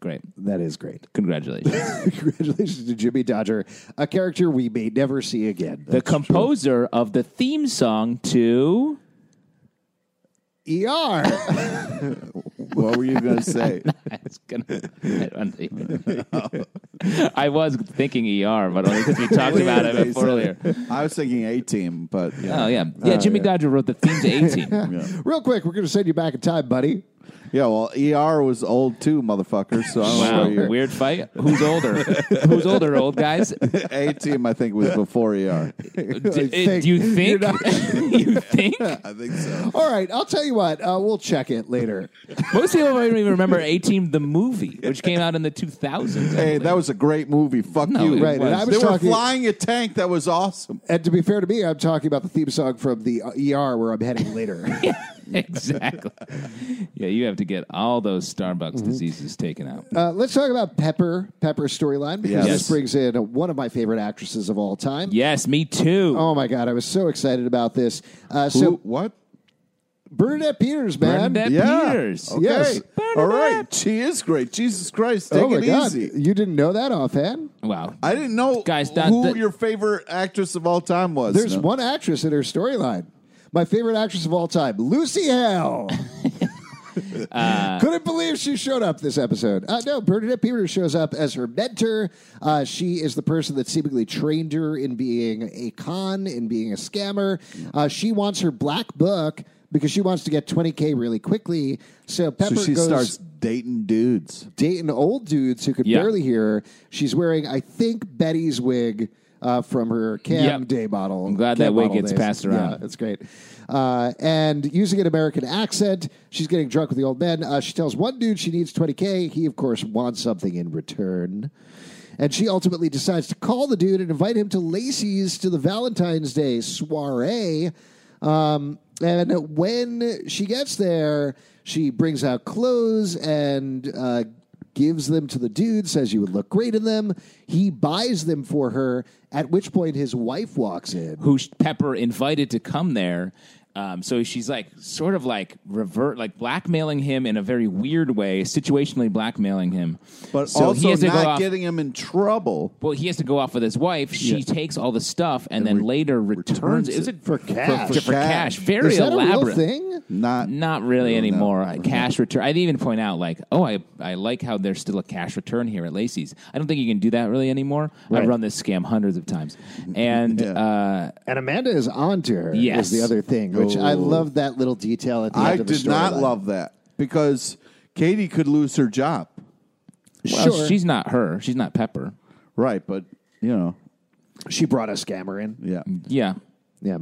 Speaker 3: Great.
Speaker 1: That is great.
Speaker 3: Congratulations.
Speaker 1: Congratulations to Jimmy Dodger, a character we may never see again.
Speaker 3: the composer of the theme song to
Speaker 1: ER.
Speaker 4: what were you going to say?
Speaker 3: I was gonna. I, don't even know. I was thinking ER, but only because we talked about it
Speaker 4: They
Speaker 3: before
Speaker 4: said-
Speaker 3: earlier.
Speaker 4: I was thinking A Team, but yeah.
Speaker 3: Oh yeah, yeah. Jimmy Dodger wrote the theme to eighteen.
Speaker 1: Real quick, we're going to send you back in time, buddy.
Speaker 4: Yeah, well, ER was old too, motherfucker. So I don't
Speaker 3: Wow,
Speaker 4: know. Your
Speaker 3: weird fight. Who's older? Who's older, old guys? D-
Speaker 4: A Team, I think, was before ER.
Speaker 3: eh, Do you think? you think?
Speaker 4: I think so.
Speaker 1: All right, I'll tell you what. Uh, we'll check it later.
Speaker 3: Most people don't even remember A Team the movie, which came out in the 2000s. I
Speaker 4: Hey,
Speaker 3: believe.
Speaker 4: that was a great movie. Fuck you.
Speaker 3: it
Speaker 1: Right, and was. I was
Speaker 4: they
Speaker 1: talking-
Speaker 4: were flying a tank. That was awesome.
Speaker 1: and to be fair to me, I'm talking about the theme song from the uh, ER where I'm heading later.
Speaker 3: exactly. Yeah, you have to get all those Starbucks
Speaker 4: Mm-hmm.
Speaker 3: diseases taken out.
Speaker 1: uh, let's talk about Pepper, Pepper's storyline, because
Speaker 4: Yes.
Speaker 1: this brings in one of my favorite actresses of all time.
Speaker 3: yes, me too.
Speaker 1: Oh my God, I was so excited about this. Uh,
Speaker 4: Who?
Speaker 1: so,
Speaker 4: what?
Speaker 1: Bernadette Peters, man.
Speaker 3: Bernadette
Speaker 4: Yeah.
Speaker 3: Peters.
Speaker 4: Okay.
Speaker 1: Yes.
Speaker 4: All right. She is great. Jesus Christ. Take
Speaker 1: oh my
Speaker 4: it
Speaker 1: God.
Speaker 4: easy.
Speaker 1: You didn't know that offhand?
Speaker 3: Wow.
Speaker 4: I didn't know
Speaker 3: Guys, that-
Speaker 4: who
Speaker 3: that-
Speaker 4: your favorite actress of all time was.
Speaker 1: There's
Speaker 4: No.
Speaker 1: one actress in her storyline. My favorite actress of all time, Lucy Hale. Couldn't believe she showed up this episode. Uh, no, Bernadette Peters shows up as her mentor. Uh, she is the person that seemingly trained her in being a con, in being a scammer. Uh, she wants her black book because she wants to get 20K really quickly. So Pepper
Speaker 4: So she
Speaker 1: goes
Speaker 4: starts dating dudes.
Speaker 1: dating old dudes who could
Speaker 3: Yeah.
Speaker 1: barely hear. She's wearing, I think, Betty's wig uh, from her cam
Speaker 3: Yep.
Speaker 1: day model.
Speaker 3: I'm glad
Speaker 1: cam
Speaker 3: that wig
Speaker 1: model
Speaker 3: gets passed around.
Speaker 1: Yeah, that's great. Uh, and using an American accent, she's getting drunk with the old men. Uh, she tells one dude she needs 20K. He, of course, wants something in return. And she ultimately decides to call the dude and invite him to Lacey's to the Valentine's Day soiree. Um, and when she gets there, she brings out clothes and uh, gives them to the dude, says you would look great in them. He buys them for her, at which point his wife walks in.
Speaker 3: who Pepper invited to come there. Um, so she's like sort of like revert, like blackmailing him in a very weird way, situationally blackmailing him.
Speaker 4: But
Speaker 3: So he
Speaker 4: also
Speaker 3: has to go
Speaker 4: not
Speaker 3: off-
Speaker 4: getting him in trouble.
Speaker 3: Well, he has to go off with his wife. She
Speaker 4: Yeah.
Speaker 3: takes all the stuff and, then later returns,
Speaker 4: returns
Speaker 3: it. Is
Speaker 4: it
Speaker 3: it
Speaker 1: for cash.
Speaker 3: for, for cash. Very
Speaker 1: Is that
Speaker 3: elaborate.
Speaker 1: a real thing?
Speaker 4: Not
Speaker 3: Not really anymore. Cash return. I didn't even point out like, oh, I, I like how there's still a cash return here at Lacey's. I don't think you can do that really anymore. I've run this scam hundreds of times, and
Speaker 4: Yeah.
Speaker 3: uh,
Speaker 1: And Amanda is onto her.
Speaker 3: Yes.
Speaker 1: is the other thing, which I
Speaker 4: Ooh.
Speaker 1: love that little detail at the
Speaker 4: I
Speaker 1: end of the
Speaker 4: did not
Speaker 1: storyline.
Speaker 4: love that because Katie could lose her job.
Speaker 3: well,
Speaker 1: Sure,
Speaker 3: she's not her. She's not Pepper.
Speaker 4: Right, but you know,
Speaker 1: she brought a scammer in.
Speaker 4: yeah.
Speaker 3: Yeah.
Speaker 1: Yeah,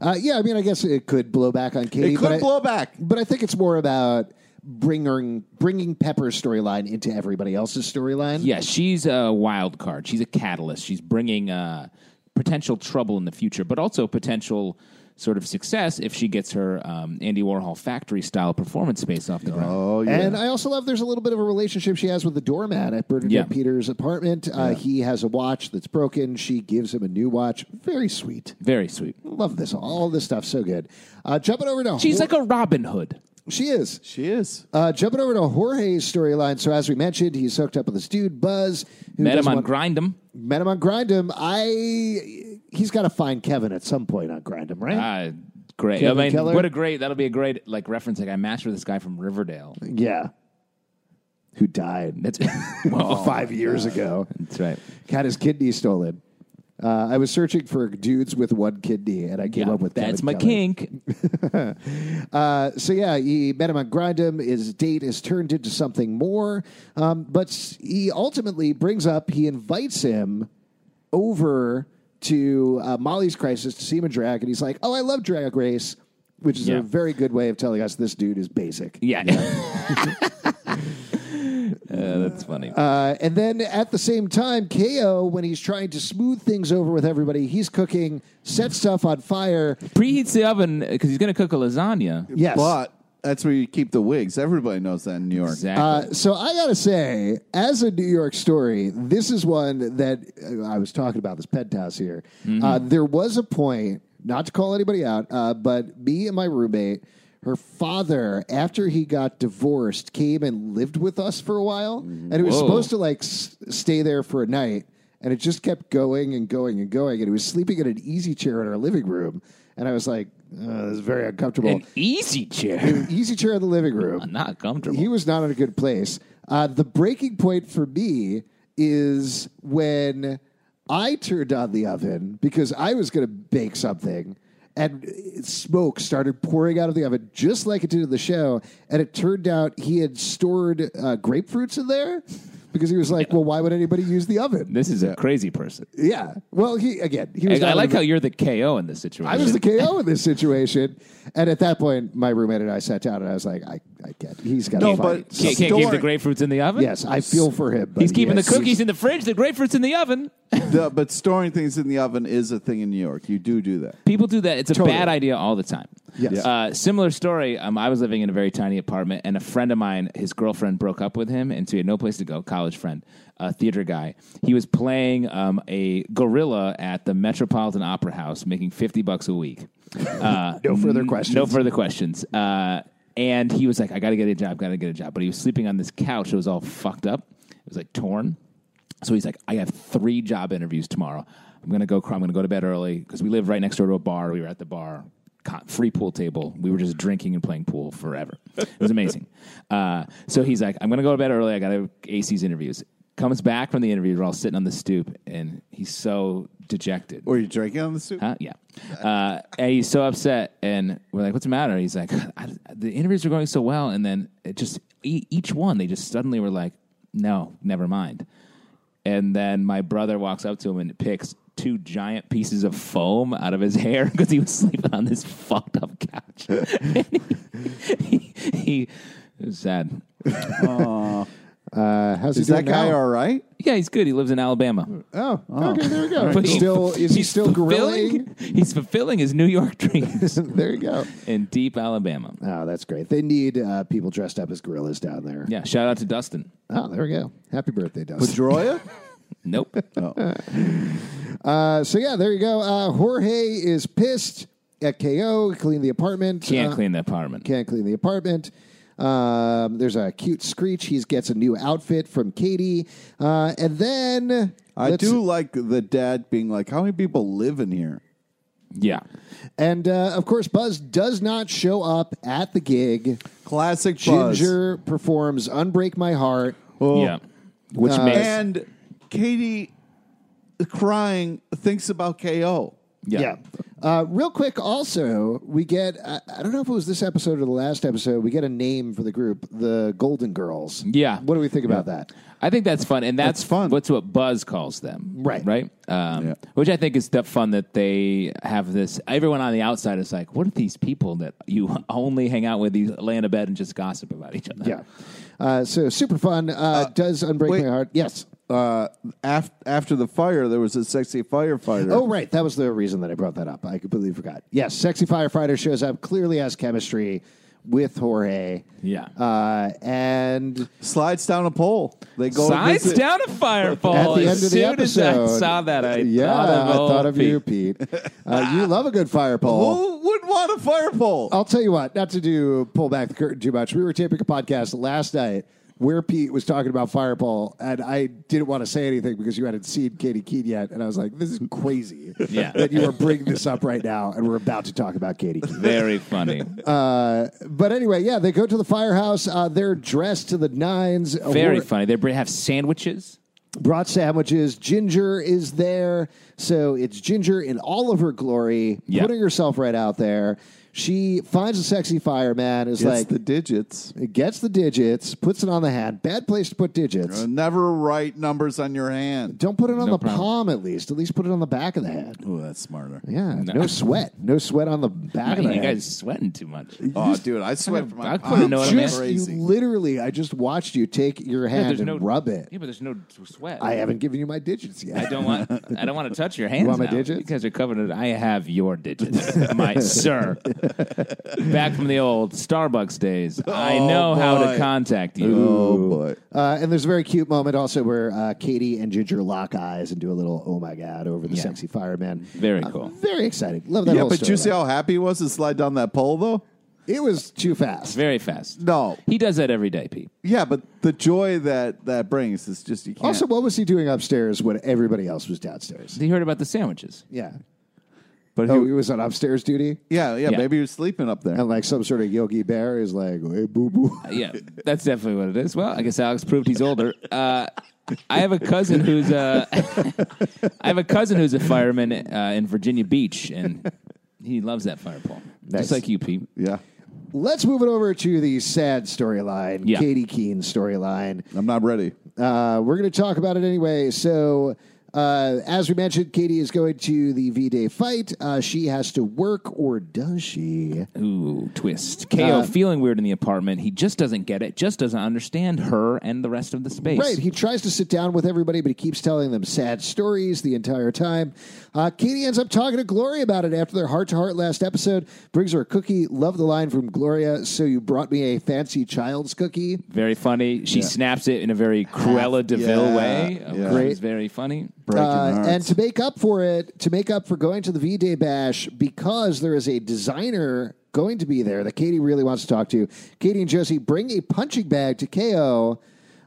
Speaker 1: uh, yeah. I mean, I guess it could blow back on Katie.
Speaker 4: It
Speaker 1: but
Speaker 4: could
Speaker 1: I-
Speaker 4: blow back.
Speaker 1: but I think it's more about bringing bringing Pepper's storyline into everybody else's storyline.
Speaker 3: Yeah, she's a wild card. She's a catalyst. She's bringing uh, potential trouble in the future, but also potential sort of success if she gets her um, Andy Warhol factory style performance space off the ground.
Speaker 4: Oh yeah.
Speaker 1: And I also love there's a little bit of a relationship she has with the doorman at Bernadette
Speaker 3: Yeah.
Speaker 1: Peters' apartment. Uh, He has a watch that's broken. She gives him a new watch. Very sweet.
Speaker 3: Very sweet.
Speaker 1: Love this. All this stuff so good. Uh, jumping over to
Speaker 3: She's
Speaker 1: Hor-
Speaker 3: like a Robin Hood.
Speaker 1: she is.
Speaker 4: she is.
Speaker 1: Uh, jumping over to Jorge's storyline. So as we mentioned, he's hooked up with this dude Buzz. Who
Speaker 3: Met him
Speaker 1: doesn't
Speaker 3: on
Speaker 1: want-
Speaker 3: Grindem.
Speaker 1: met him on Grindem. I he's got to find Kevin at some point on Grindem, right?
Speaker 3: Ah, great.
Speaker 1: Kevin
Speaker 3: I mean,
Speaker 1: Keller?
Speaker 3: what a great. That'll be a great like reference. Like I matched with this guy from Riverdale.
Speaker 1: yeah. Who died?
Speaker 3: That's well,
Speaker 1: five years ago.
Speaker 3: That's right.
Speaker 1: Got his kidney stolen. Uh, I was searching for dudes with one kidney, and I came
Speaker 3: Yeah,
Speaker 1: up with
Speaker 3: that's
Speaker 1: Kevin
Speaker 3: my
Speaker 1: Keller.
Speaker 3: kink.
Speaker 1: Uh, so yeah, he met him on Grindem. His date is turned into something more, um, but s- he ultimately brings up he invites him over to uh, Molly's Crisis to see him in drag, and he's like, "Oh, I love Drag Race," which is
Speaker 3: Yeah.
Speaker 1: a very good way of telling us this dude is basic.
Speaker 3: Yeah. Uh, that's funny.
Speaker 1: Uh, and then at the same time, KO, when he's trying to smooth things over with everybody, he's cooking, sets stuff on fire.
Speaker 3: Preheats the oven because he's going to cook a lasagna.
Speaker 1: Yes.
Speaker 4: But that's where you keep the wigs. Everybody knows that in New York.
Speaker 3: Exactly.
Speaker 1: Uh, so I gotta say, as a New York story, this is one that uh, I was talking about this penthouse here. Uh, there was a point, not to call anybody out, uh, but me and my roommate, her father, after he got divorced, came and lived with us for a while, and it was
Speaker 3: Whoa.
Speaker 1: supposed to like s- stay there for a night, and it just kept going and going and going, and he was sleeping in an easy chair in our living room, and I was like, uh, "This is very uncomfortable."
Speaker 3: An easy chair.
Speaker 1: easy chair in the living room
Speaker 3: Not comfortable.
Speaker 1: he was not in a good place. Uh, the breaking point for me is when I turned on the oven because I was going to bake something, and smoke started pouring out of the oven just like it did in the show. And it turned out he had stored uh, grapefruits in there because he was like, "Well, why would anybody use the oven?"
Speaker 3: this is a crazy person.
Speaker 1: Yeah. Well, he again he was. not
Speaker 3: I, I
Speaker 1: in a
Speaker 3: like how you're the KO in this situation.
Speaker 1: I was the KO in this situation. And at that point, my roommate and I sat down and I was like, I, I can't. He's got to
Speaker 4: No,
Speaker 1: fight.
Speaker 4: but-
Speaker 1: something."
Speaker 3: Can't, can't
Speaker 4: Don't
Speaker 3: keep the
Speaker 4: worry.
Speaker 3: grapefruits in the oven?
Speaker 1: Yes, I feel for him. but
Speaker 3: He's keeping
Speaker 1: yes,
Speaker 3: the cookies
Speaker 1: he's-
Speaker 3: in the fridge, the grapefruits in the oven.
Speaker 4: The- but storing things in the oven is a thing in New York. You do do that.
Speaker 3: People do that. It's a
Speaker 1: Totally.
Speaker 3: bad idea all the time.
Speaker 1: Yes. Yeah.
Speaker 3: Uh, similar story. Um, I was living in a very tiny apartment, and a friend of mine, his girlfriend broke up with him, and so he had no place to go. College friend, a theater guy. He was playing um, a gorilla at the Metropolitan Opera House, making fifty bucks a week. Uh,
Speaker 1: No further questions.
Speaker 3: No further questions. Uh, and he was like, "I got to get a job. Got to get a job." But he was sleeping on this couch. It was all fucked up. It was like torn. So he's like, I have three job interviews tomorrow. I'm gonna go. cry. I'm gonna go to bed early because we live right next door to a bar. We were at the bar, co- free pool table. We were just drinking and playing pool forever. It was amazing. uh, so he's like, I'm gonna go to bed early. I gotta ace these interviews. Comes back from the interview. We're all sitting on the stoop, and he's so dejected.
Speaker 4: Were you drinking on the soup?
Speaker 3: Huh? Yeah. Uh, and he's so upset, and we're like, "What's the matter?" He's like, I, "The interviews were going so well, and then it just e- each one they just suddenly were like, no, never mind." And then my brother walks up to him and picks two giant pieces of foam out of his hair because he was sleeping on this fucked up couch. and he, he, he it was sad.
Speaker 1: Uh, how's
Speaker 4: Is
Speaker 1: he doing
Speaker 4: that guy
Speaker 1: now?
Speaker 4: all right?
Speaker 3: Yeah, he's good. He lives in Alabama.
Speaker 1: Oh, okay, there we go.
Speaker 3: But he-
Speaker 1: still, is he
Speaker 3: he's
Speaker 1: still gorillaing?
Speaker 3: fulfilling- He's fulfilling his New York dreams
Speaker 1: there you go.
Speaker 3: in deep Alabama.
Speaker 1: Oh, that's great. They need uh, people dressed up as gorillas down there.
Speaker 3: Yeah, shout out to Dustin.
Speaker 1: Oh, there we go. Happy birthday, Dustin.
Speaker 4: Pedroia?
Speaker 3: Nope.
Speaker 1: Uh, so yeah, there you go. Uh, Jorge is pissed. at KO, clean the apartment.
Speaker 3: Can't
Speaker 1: Uh,
Speaker 3: clean the apartment.
Speaker 1: Can't clean the apartment. Um, there's a cute screech. He gets a new outfit from Katie. Uh, and then
Speaker 4: I
Speaker 1: let's-
Speaker 4: do like the dad being like, "How many people live in here?"
Speaker 3: Yeah.
Speaker 1: And uh, of course, Buzz does not show up at the gig.
Speaker 4: Classic Buzz.
Speaker 1: Ginger performs "Unbreak My Heart."
Speaker 4: Oh.
Speaker 3: Yeah. Which
Speaker 1: uh,
Speaker 3: makes
Speaker 4: and Katie uh, crying thinks about KO.
Speaker 3: yeah.
Speaker 1: Uh, real quick, also, we get, I, I don't know if it was this episode or the last episode, we get a name for the group, the Golden Girls.
Speaker 3: Yeah.
Speaker 1: What do we think about that?
Speaker 3: I think that's fun, and that's
Speaker 4: That's fun.
Speaker 3: What's what Buzz calls them,
Speaker 1: Right.
Speaker 3: Right. Um,
Speaker 4: Yeah.
Speaker 3: Which I think is that fun that they have this. Everyone on the outside is like, "What are these people that you only hang out with? You lay in a bed and just gossip about each other."
Speaker 1: Yeah. Uh, so super fun. Uh, does Unbreak
Speaker 4: wait.
Speaker 1: My Heart? Yes.
Speaker 4: Uh, af- after the fire, there was a sexy firefighter.
Speaker 1: Oh, right. That was the reason that I brought that up. I completely forgot. Yes, Sexy Firefighter shows up, clearly has chemistry with Jorge.
Speaker 3: Yeah.
Speaker 1: Uh, and
Speaker 4: slides down a pole. They go
Speaker 3: Slides
Speaker 4: visit-
Speaker 3: down a fireball.
Speaker 1: at the end
Speaker 3: Oh, as
Speaker 1: of the
Speaker 3: soon
Speaker 1: episode,
Speaker 3: as I saw that, I
Speaker 1: yeah,
Speaker 3: thought of,
Speaker 1: I
Speaker 3: old
Speaker 1: thought of you,
Speaker 3: Pete.
Speaker 1: Pete. Uh, you love a good fireball.
Speaker 4: Who would want a fire pole?
Speaker 1: I'll tell you what, not to do pull back the curtain too much. We were taping a podcast last night where Pete was talking about Fireball, and I didn't want to say anything because you hadn't seen Katie Keene yet, and I was like, "This is crazy
Speaker 3: Yeah.
Speaker 1: that you are bringing this up right now, and we're about to talk about Katie." Keene.
Speaker 3: Very funny.
Speaker 1: But anyway, yeah, they go to the firehouse. Uh, they're dressed to the nines.
Speaker 3: Very
Speaker 1: Award-
Speaker 3: funny. They br- have sandwiches.
Speaker 1: brought sandwiches. Ginger is there. So it's Ginger in all of her glory,
Speaker 3: Yeah.
Speaker 1: putting herself right out there. She finds a sexy fireman, is
Speaker 4: It's
Speaker 1: like,
Speaker 4: the digits.
Speaker 1: gets the digits, puts it on the hand. Bad place to put digits.
Speaker 4: Never write numbers on your hand.
Speaker 1: Don't put it on
Speaker 3: No
Speaker 1: the
Speaker 3: problem.
Speaker 1: palm, at least. At least put it on the back of the hand.
Speaker 4: Oh, that's smarter.
Speaker 1: Yeah, no, sweat. No sweat on the back of the hand.
Speaker 3: you guys sweating too much.
Speaker 4: Oh, dude, I sweat from my
Speaker 3: I couldn't know what I meant.
Speaker 1: just, you literally, I just watched you take your
Speaker 3: Yeah,
Speaker 1: hand
Speaker 3: there's
Speaker 1: and
Speaker 3: no-
Speaker 1: rub it.
Speaker 3: Yeah, but there's no t- sweat.
Speaker 1: I haven't given you my digits yet.
Speaker 3: I don't want. I don't want to touch your hands.
Speaker 1: want my
Speaker 3: now.
Speaker 1: digits?
Speaker 3: You guys are covered. in- I have your digits, my sir. Back from the old Starbucks days. I
Speaker 4: Oh,
Speaker 3: know how to
Speaker 4: boy.
Speaker 3: contact you.
Speaker 4: oh boy.
Speaker 1: Uh, and there's a very cute moment also where uh, Katie and Ginger lock eyes and do a little "Oh my God" over the
Speaker 3: Yeah.
Speaker 1: sexy fireman.
Speaker 3: Very
Speaker 1: Uh,
Speaker 3: cool.
Speaker 1: very exciting. Love that.
Speaker 4: Yeah,
Speaker 1: whole
Speaker 4: but you see
Speaker 1: storyline.
Speaker 4: how happy he was to slide down that pole, though.
Speaker 1: it was too fast.
Speaker 3: Very fast.
Speaker 4: No.
Speaker 3: he does that every day, Pete.
Speaker 4: Yeah, but the joy that that brings is just you can't.
Speaker 1: Also, what was he doing upstairs when everybody else was downstairs?
Speaker 3: He heard about the sandwiches.
Speaker 1: Yeah.
Speaker 4: but
Speaker 1: Oh,
Speaker 4: he-
Speaker 1: he was on upstairs duty,
Speaker 4: yeah, yeah,
Speaker 3: Yeah.
Speaker 4: maybe he was sleeping up there.
Speaker 1: and like some sort of Yogi Bear is like, "Hey, boo boo."
Speaker 3: Uh, yeah, that's definitely what it is. Well, I guess Alex proved he's older. Uh, I have a cousin who's a, I have a cousin who's a fireman uh, in Virginia Beach, and he loves that fire pole,
Speaker 1: Nice.
Speaker 3: just like you, Pete.
Speaker 4: Yeah,
Speaker 1: Let's move it over to the sad storyline,
Speaker 3: Yeah.
Speaker 1: Katie Keene storyline.
Speaker 4: I'm not ready.
Speaker 1: Uh, we're going to talk about it anyway. So, uh, as we mentioned, Katie is going to the V Day fight. Uh, she has to work, or does she?
Speaker 3: Ooh, twist. KO feeling weird in the apartment. He just doesn't get it, just doesn't understand her and the rest of the space.
Speaker 1: Right. He tries to sit down with everybody, but he keeps telling them sad stories the entire time. Uh, Katie ends up talking to Gloria about it after their heart to heart last episode. Brings her a cookie. Love the line from Gloria. So you brought me a fancy child's cookie.
Speaker 3: Very funny. She snaps it in a very Cruella de Vil
Speaker 4: yeah,
Speaker 3: way. Oh,
Speaker 4: yeah.
Speaker 3: Great. very funny.
Speaker 4: Breaking
Speaker 1: Uh,
Speaker 4: hearts.
Speaker 1: and to make up for it, to make up for going to the V Day Bash, because there is a designer going to be there that Katie really wants to talk to. Katie and Josie bring a punching bag to KO,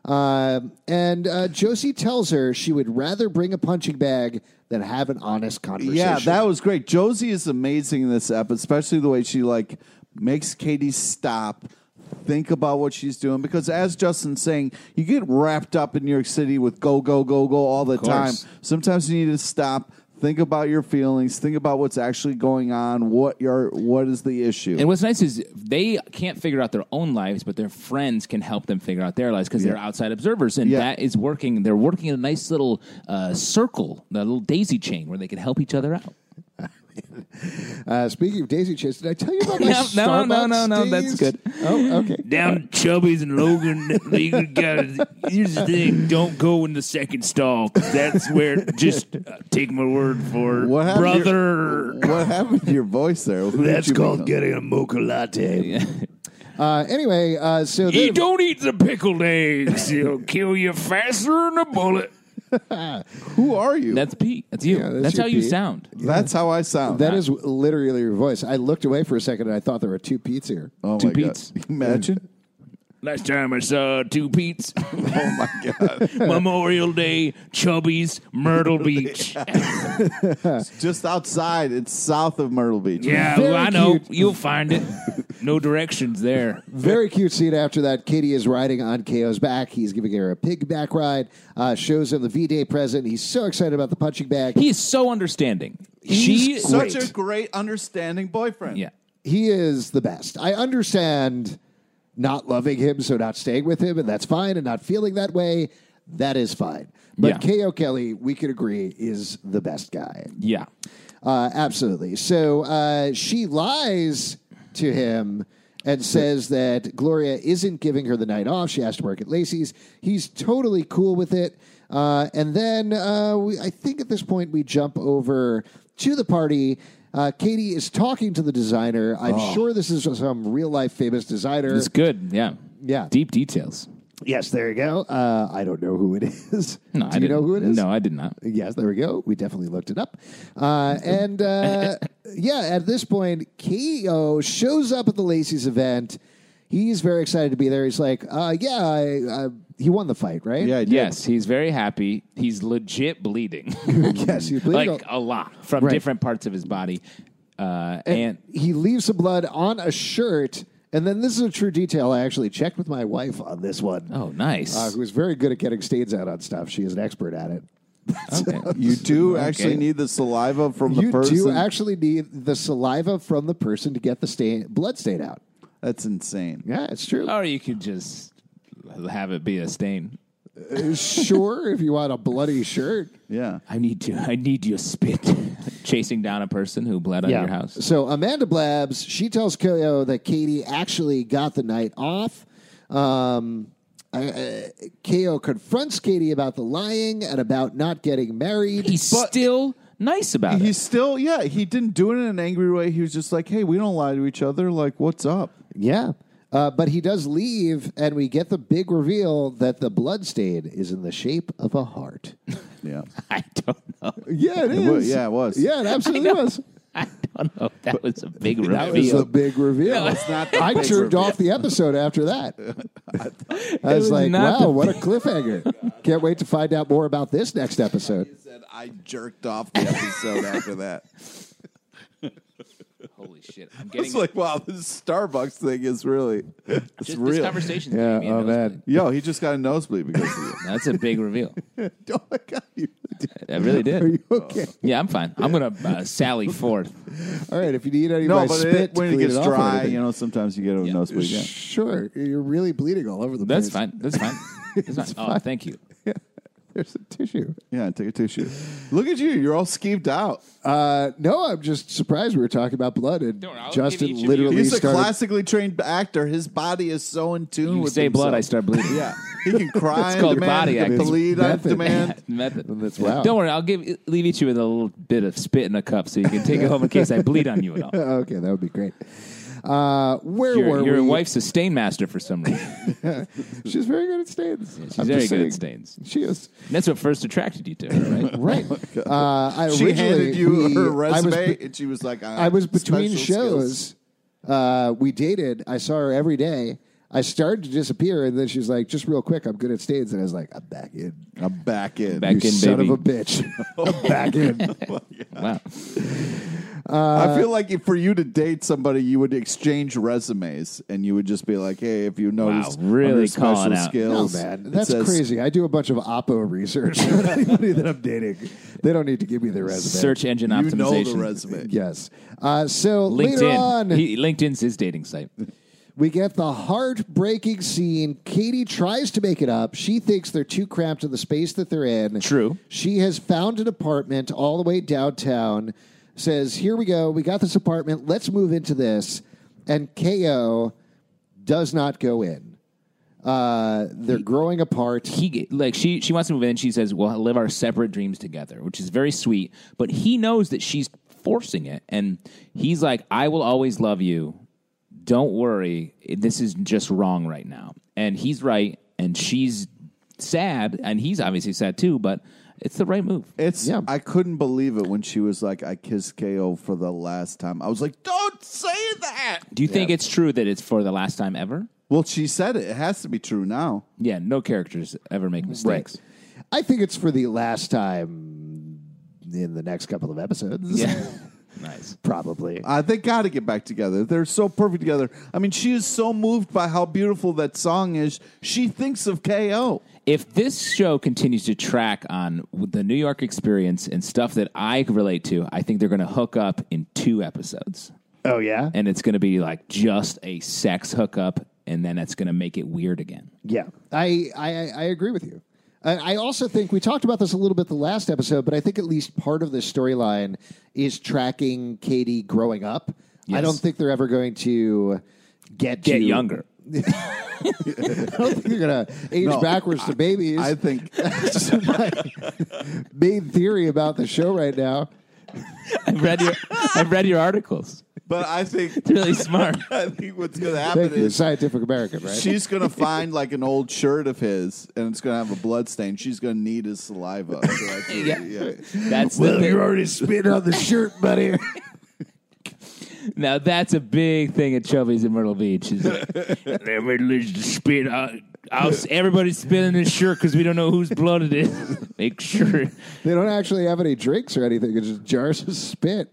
Speaker 1: um, and uh, Josie tells her she would rather bring a punching bag than have an honest conversation.
Speaker 4: Yeah, that was great. Josie is amazing in this episode, especially the way she like makes Katie stop, think about what she's doing. Because as Justin's saying, you get wrapped up in New York City with go, go, go, go all the time.
Speaker 3: course.
Speaker 4: Sometimes you need to stop, think about your feelings, think about what's actually going on, what your what is the issue.
Speaker 3: And what's nice is they can't figure out their own lives, but their friends can help them figure out their lives because they're outside observers, and
Speaker 4: Yeah.
Speaker 3: that is working. They're working in a nice little uh, circle, that little daisy chain where they can help each other out.
Speaker 1: Uh, speaking of Daisy Chase, did I tell you about my
Speaker 3: No, no,
Speaker 1: Starbucks
Speaker 3: no, no, no,
Speaker 1: days?
Speaker 3: that's good.
Speaker 1: Oh, okay.
Speaker 5: down to Chubby's and Logan. you gotta, here's the thing: don't go in the second stall. 'cause That's where. Just uh, take my word for it,
Speaker 4: what happened to your-
Speaker 5: brother.
Speaker 4: what happened to your voice there? Who did
Speaker 5: that's
Speaker 4: you
Speaker 5: called
Speaker 4: become?
Speaker 5: getting a mocha latte.
Speaker 1: Uh, anyway, uh, so
Speaker 5: You
Speaker 1: then-
Speaker 5: don't eat the pickled eggs; it'll kill you faster than a bullet.
Speaker 4: Who are you?
Speaker 3: That's Pete. That's you.
Speaker 1: Yeah,
Speaker 3: that's
Speaker 1: that's
Speaker 3: how
Speaker 1: you,
Speaker 3: you
Speaker 1: Pete.
Speaker 3: sound.
Speaker 4: That's how I sound.
Speaker 1: That is literally your voice. I looked away for a second and I thought there were two Pete's here.
Speaker 4: oh
Speaker 3: Two
Speaker 4: my God.
Speaker 3: Pete's.
Speaker 4: Imagine.
Speaker 5: Last time I saw two Pete's,
Speaker 4: oh my god!
Speaker 5: Memorial Day, Chubby's, Myrtle Beach.
Speaker 4: Just outside, it's south of Myrtle Beach.
Speaker 5: Yeah,
Speaker 1: Very
Speaker 5: well, I know.
Speaker 1: cute.
Speaker 5: You'll find it. No directions there.
Speaker 1: Very cute scene after that. Kitty is riding on KO's back. He's giving her a pigback ride, uh, shows him the V Day present. He's so excited about the punching bag.
Speaker 3: He is so understanding. she
Speaker 4: He's such
Speaker 3: great.
Speaker 4: a great, understanding boyfriend.
Speaker 3: yeah.
Speaker 1: he is the best. I understand not loving him, so not staying with him, and that's fine, and not feeling that way, that is fine. But
Speaker 3: Yeah.
Speaker 1: KO Kelly, we could agree, is the best guy.
Speaker 3: Yeah.
Speaker 1: Uh, absolutely. So uh, she lies to him and says that Gloria isn't giving her the night off. She has to work at Lacey's. He's totally cool with it. Uh, and then uh, we, I think at this point we jump over to the party. Uh, Katie is talking to the designer. I'm sure this is some real life famous designer.
Speaker 3: It's good. Yeah.
Speaker 1: Yeah.
Speaker 3: Deep details.
Speaker 1: yes, there you go. Uh, I don't know who it is.
Speaker 3: No,
Speaker 1: Do
Speaker 3: I
Speaker 1: you
Speaker 3: didn't.
Speaker 1: know who it is?
Speaker 3: No, I did not.
Speaker 1: Yes, there we go. We definitely looked it up. Uh, and uh, yeah, at this point, Keo shows up at the Lacey's event. He's very excited to be there. He's like, uh, yeah, I, uh, he won the fight, right?
Speaker 4: yeah, I did.
Speaker 3: Yes, he's very happy. He's legit bleeding,
Speaker 1: yes, he's bleeding.
Speaker 3: like a lot from
Speaker 1: Right.
Speaker 3: different parts of his body, uh, and
Speaker 1: he leaves some blood on a shirt. And then this is a true detail. I actually checked with my wife on this one,
Speaker 3: oh, nice.
Speaker 1: uh, who is very good at getting stains out on stuff. She is an expert at it.
Speaker 3: Okay.
Speaker 4: You do
Speaker 3: Okay.
Speaker 4: actually need the saliva from the
Speaker 1: you
Speaker 4: person.
Speaker 1: do actually need the saliva from the person to get the stain, blood stain out.
Speaker 4: That's insane.
Speaker 1: Yeah, it's
Speaker 4: Oh,
Speaker 1: true.
Speaker 3: or you could just have it be a stain.
Speaker 1: sure, if you want a bloody shirt.
Speaker 4: Yeah.
Speaker 3: I need to. I need your spit. Chasing down a person who bled on your house.
Speaker 1: So Amanda Blabs, she tells Koyo that Katie actually got the night off. Um, uh, uh, Ko confronts Katie about the lying and about not getting married.
Speaker 3: He's
Speaker 4: But-
Speaker 3: still nice about
Speaker 4: He's still, yeah, he didn't do it in an angry way. He was just like, hey, we don't lie to each other. Like, what's up?
Speaker 1: yeah. Uh, but he does leave, and we get the big reveal that the blood stain is in the shape of a heart.
Speaker 4: Yeah.
Speaker 3: it. I don't know.
Speaker 1: Yeah,
Speaker 4: It was- yeah, it was.
Speaker 1: Yeah, it absolutely was.
Speaker 3: I don't know. That was a big
Speaker 1: That was the
Speaker 3: reveal.
Speaker 1: big reveal.
Speaker 4: It's not the
Speaker 1: I
Speaker 4: big
Speaker 1: turned
Speaker 4: reveal.
Speaker 1: off the episode after that. I was
Speaker 3: was
Speaker 1: like,
Speaker 3: not
Speaker 1: wow,
Speaker 3: the
Speaker 1: what a cliffhanger. Can't wait to find out more about this next episode.
Speaker 4: He said, I jerked off the episode after that.
Speaker 3: Holy shit! I'm
Speaker 4: It's
Speaker 3: getting
Speaker 4: like, wow, this Starbucks thing is really, it's
Speaker 3: just this
Speaker 4: real.
Speaker 3: conversation.
Speaker 4: Yo, he just got a nosebleed because of you.
Speaker 3: That's a big reveal.
Speaker 4: oh my God. You did.
Speaker 3: I really
Speaker 1: Are
Speaker 3: did.
Speaker 1: you okay?
Speaker 3: Yeah, I'm fine. I'm gonna uh, sally forth.
Speaker 1: All right, if you need any
Speaker 4: No,
Speaker 1: of my
Speaker 4: but
Speaker 1: spit,
Speaker 4: it,
Speaker 1: to
Speaker 4: when it
Speaker 1: clean
Speaker 4: gets
Speaker 1: off or
Speaker 4: dry,
Speaker 1: anything-
Speaker 4: you know, sometimes you get a nosebleed. Yeah.
Speaker 1: Sure, you're really bleeding all over the
Speaker 3: That's
Speaker 1: place.
Speaker 3: fine. That's fine. That's fine. Oh, thank you.
Speaker 1: There's a tissue.
Speaker 4: yeah, take a tissue. Look at you. You're all skeeved out.
Speaker 1: Uh, no, I'm just surprised we were talking about blood, and
Speaker 3: Don't worry, I'll give
Speaker 1: Justin
Speaker 3: each of you-
Speaker 1: literally
Speaker 4: He's a
Speaker 1: started.
Speaker 4: classically trained actor. His body is so in tune
Speaker 3: You
Speaker 4: with
Speaker 3: say blood, I
Speaker 4: himself.
Speaker 3: start bleeding.
Speaker 4: Yeah, he can cry.
Speaker 3: called
Speaker 4: on demand,
Speaker 3: body
Speaker 4: he can
Speaker 3: acting.
Speaker 4: bleed on
Speaker 1: Method.
Speaker 4: demand.
Speaker 3: Method.
Speaker 1: That's wow.
Speaker 3: Don't worry, I'll give leave each of you with a little bit of spit in a cup so you can take it home in case I bleed on you at all.
Speaker 1: okay, that would be great. Uh, where were
Speaker 3: Your, your
Speaker 1: we?
Speaker 3: wife's a stain master for some reason.
Speaker 1: She's very good at stains.
Speaker 3: She's
Speaker 1: I'm
Speaker 3: very
Speaker 1: just
Speaker 3: good at
Speaker 1: saying.
Speaker 3: stains.
Speaker 1: She is.
Speaker 3: And that's what first attracted you to her, right?
Speaker 1: Right. Uh, I
Speaker 4: Oh She handed
Speaker 1: originally-
Speaker 4: you
Speaker 1: we-
Speaker 4: her
Speaker 1: I
Speaker 4: resume,
Speaker 1: was, be-
Speaker 4: and she was like,
Speaker 1: I was between
Speaker 4: special skills.
Speaker 1: shows. Uh, we dated. I saw her every day. I started to disappear, and then she's like, "Just real quick, I'm good at stains." And I was like, "I'm back in,
Speaker 4: I'm back in.
Speaker 3: Back
Speaker 1: you
Speaker 3: in,
Speaker 1: son
Speaker 3: baby.
Speaker 1: of a bitch." I'm back in.
Speaker 3: Wow.
Speaker 1: Uh,
Speaker 4: I feel like if for you to date somebody, you would exchange resumes, and you would just be like, "Hey, if you notice,
Speaker 3: really
Speaker 4: under
Speaker 3: calling out.
Speaker 4: special
Speaker 1: No
Speaker 4: skills,
Speaker 1: man,
Speaker 4: it
Speaker 1: that's
Speaker 4: says,
Speaker 1: crazy. I do a bunch of oppo research on anybody that I'm dating. They don't need to give me their resume.
Speaker 3: Search engine
Speaker 4: You
Speaker 3: optimization.
Speaker 4: know the resume.
Speaker 1: Yes. Uh, so later on,
Speaker 3: LinkedIn. He, LinkedIn's his dating site.
Speaker 1: We get the heartbreaking scene. Katie tries to make it up. She thinks they're too cramped in the space that they're in.
Speaker 3: True.
Speaker 1: She has found an apartment all the way downtown. Says, "Here we go. We got this apartment. Let's move into this." And Ko does not go in. Uh, they're growing apart.
Speaker 3: He get- like she she wants to move in. She says, "We'll live our separate dreams together," which is very sweet. But he knows that she's forcing it, and he's like, "I will always love you. Don't worry. This is just wrong right now." And he's right, and she's sad, and he's obviously sad too. But it's the right move.
Speaker 4: It's
Speaker 1: Yeah.
Speaker 4: I couldn't believe it when she was like, "I kissed KO for the last time." I was like, "Don't say that."
Speaker 3: Do you think it's true that it's for the last time ever?
Speaker 4: Well, she said it. It has to be true now.
Speaker 3: Yeah, no characters ever make mistakes.
Speaker 1: I think it's for the last time in the next couple of episodes.
Speaker 3: Yeah, nice.
Speaker 1: Probably.
Speaker 4: Uh, they got to get back together. They're so perfect together. I mean, she is so moved by how beautiful that song is. She thinks of KO.
Speaker 3: if this show continues to track on the New York experience and stuff that I relate to, I think they're going to hook up in two episodes.
Speaker 1: Oh yeah?
Speaker 3: And it's going to be like just a sex hookup, and then it's going to make it weird again.
Speaker 1: Yeah, I I, I agree with you. I, I also think we talked about this a little bit the last episode, but I think at least part of this storyline is tracking Katie growing up. I
Speaker 3: Yes.
Speaker 1: don't think they're ever going to get to-
Speaker 3: Get younger.
Speaker 1: I don't think they're going to age
Speaker 4: No,
Speaker 1: backwards to babies.
Speaker 4: I think
Speaker 1: That's my main theory about the show right now.
Speaker 3: I've read your, I've read your articles.
Speaker 4: but I think
Speaker 3: Really smart.
Speaker 4: I think what's going to
Speaker 1: Thank
Speaker 4: happen
Speaker 1: you,
Speaker 4: is
Speaker 1: Scientific American, right?
Speaker 4: she's going to find like an old shirt of his and it's going to have a blood stain. She's going to need his saliva. So that's-
Speaker 3: Yeah.
Speaker 4: yeah.
Speaker 3: That's the thing.
Speaker 1: already spit on the shirt, buddy.
Speaker 3: Now that's a big thing at Chubby's in Myrtle Beach. is that
Speaker 5: Everybody's just spit out. I'll, everybody's spitting this shirt because we don't know whose blood it is.
Speaker 3: make sure
Speaker 1: They don't actually have any drinks or anything. It's just jars of spit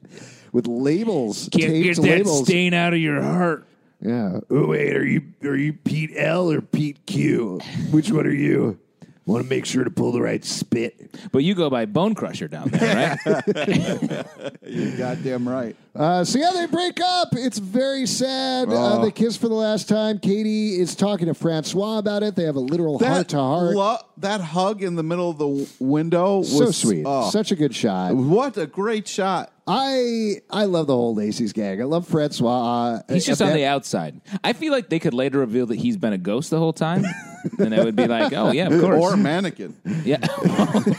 Speaker 1: with labels,
Speaker 5: Can't
Speaker 1: taped
Speaker 5: get that
Speaker 1: labels.
Speaker 5: stain out of your heart.
Speaker 1: yeah.
Speaker 5: Oh, wait, are you are you Pete L or Pete Q? Which one are you? Want to make sure to pull the right spit.
Speaker 3: But you go by Bone Crusher down there, right?
Speaker 4: You're goddamn right.
Speaker 1: Uh, so yeah, they break up. It's very sad. Uh, they kiss for the last time. Katie is talking to Francois about it. They have a literal heart to heart.
Speaker 4: lo- that hug in the middle of the w- window was
Speaker 1: So sweet.
Speaker 4: oh,
Speaker 1: Such a good shot.
Speaker 4: what a great shot.
Speaker 1: I I love the whole Lacey's gang. I love Francois. Uh,
Speaker 3: He's just on the outside. I feel like they could later reveal that he's been a ghost the whole time, and I would be like, "Oh yeah, of course."
Speaker 4: Or a mannequin.
Speaker 3: Yeah.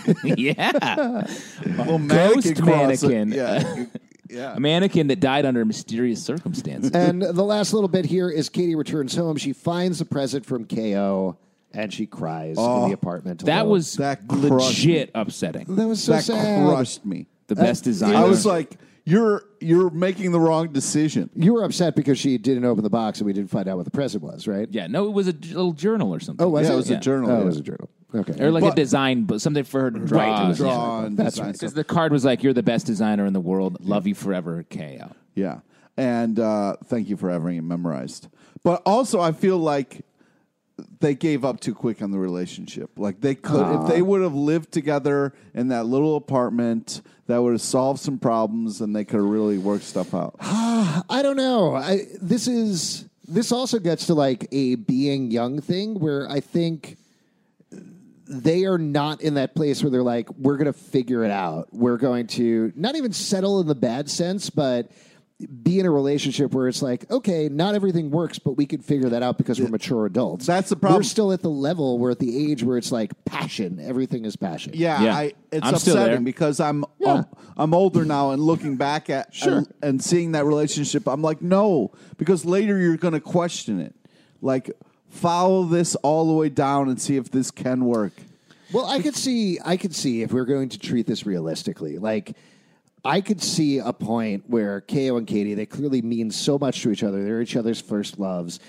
Speaker 3: Oh, yeah.
Speaker 4: Little
Speaker 3: Ghost
Speaker 4: cross.
Speaker 3: mannequin.
Speaker 4: Yeah. yeah.
Speaker 3: A mannequin that died under mysterious circumstances.
Speaker 1: And the last little bit here is Katie returns home. She finds a present from KO and she cries
Speaker 4: Oh.
Speaker 1: in the apartment.
Speaker 3: that
Speaker 1: alone.
Speaker 3: was
Speaker 4: That crushed
Speaker 3: legit upsetting.
Speaker 1: that was so
Speaker 4: that
Speaker 1: sad.
Speaker 4: crushed me.
Speaker 3: The best designer.
Speaker 4: I was like, you're you're making the wrong decision.
Speaker 1: You were upset because she didn't open the box and we didn't find out what the present was, right?
Speaker 3: yeah, no, it was a j- little journal or something.
Speaker 1: Oh, was
Speaker 4: yeah,
Speaker 1: it?
Speaker 4: it was
Speaker 3: Yeah.
Speaker 4: a journal.
Speaker 1: Oh,
Speaker 4: yeah.
Speaker 1: it was a journal. Okay.
Speaker 3: Or like a
Speaker 4: But-
Speaker 3: design, but something for her to draw.
Speaker 4: Right, to
Speaker 3: Yeah.
Speaker 4: draw and
Speaker 1: That's
Speaker 4: Ah, design
Speaker 1: right.
Speaker 4: stuff.
Speaker 3: Because the card was like, "You're the best designer in the world. Love you forever, Uh, KO."
Speaker 4: Yeah. And uh, thank you for having it memorized. But also, I feel like they gave up too quick on the relationship. Like they could, if they would have lived together in that little apartment, that would have solved some problems, and they could have really worked stuff out.
Speaker 1: I don't know. I, this is this also gets to like a being young thing where I think they are not in that place where they're like we're going to figure it out. We're going to not even settle in the bad sense, but be in a relationship where it's like okay, not everything works, but we can figure that out because we're mature adults.
Speaker 4: That's the problem.
Speaker 1: We're still at the level, we're at the age where it's like passion. Everything is passion.
Speaker 4: Yeah,
Speaker 3: Yeah.
Speaker 4: I, it's
Speaker 3: I'm still there.
Speaker 4: upsetting because I'm,
Speaker 1: Yeah.
Speaker 4: I'm I'm older now and looking back at
Speaker 1: Sure.
Speaker 4: and, and seeing that relationship, I'm like, no, because later you're going to question it. Like, follow this all the way down and see if this can work.
Speaker 1: Well, I could see, I could see if we're going to treat this realistically, like I could see a point where Ko and Katie they clearly mean so much to each other. They're each other's first loves.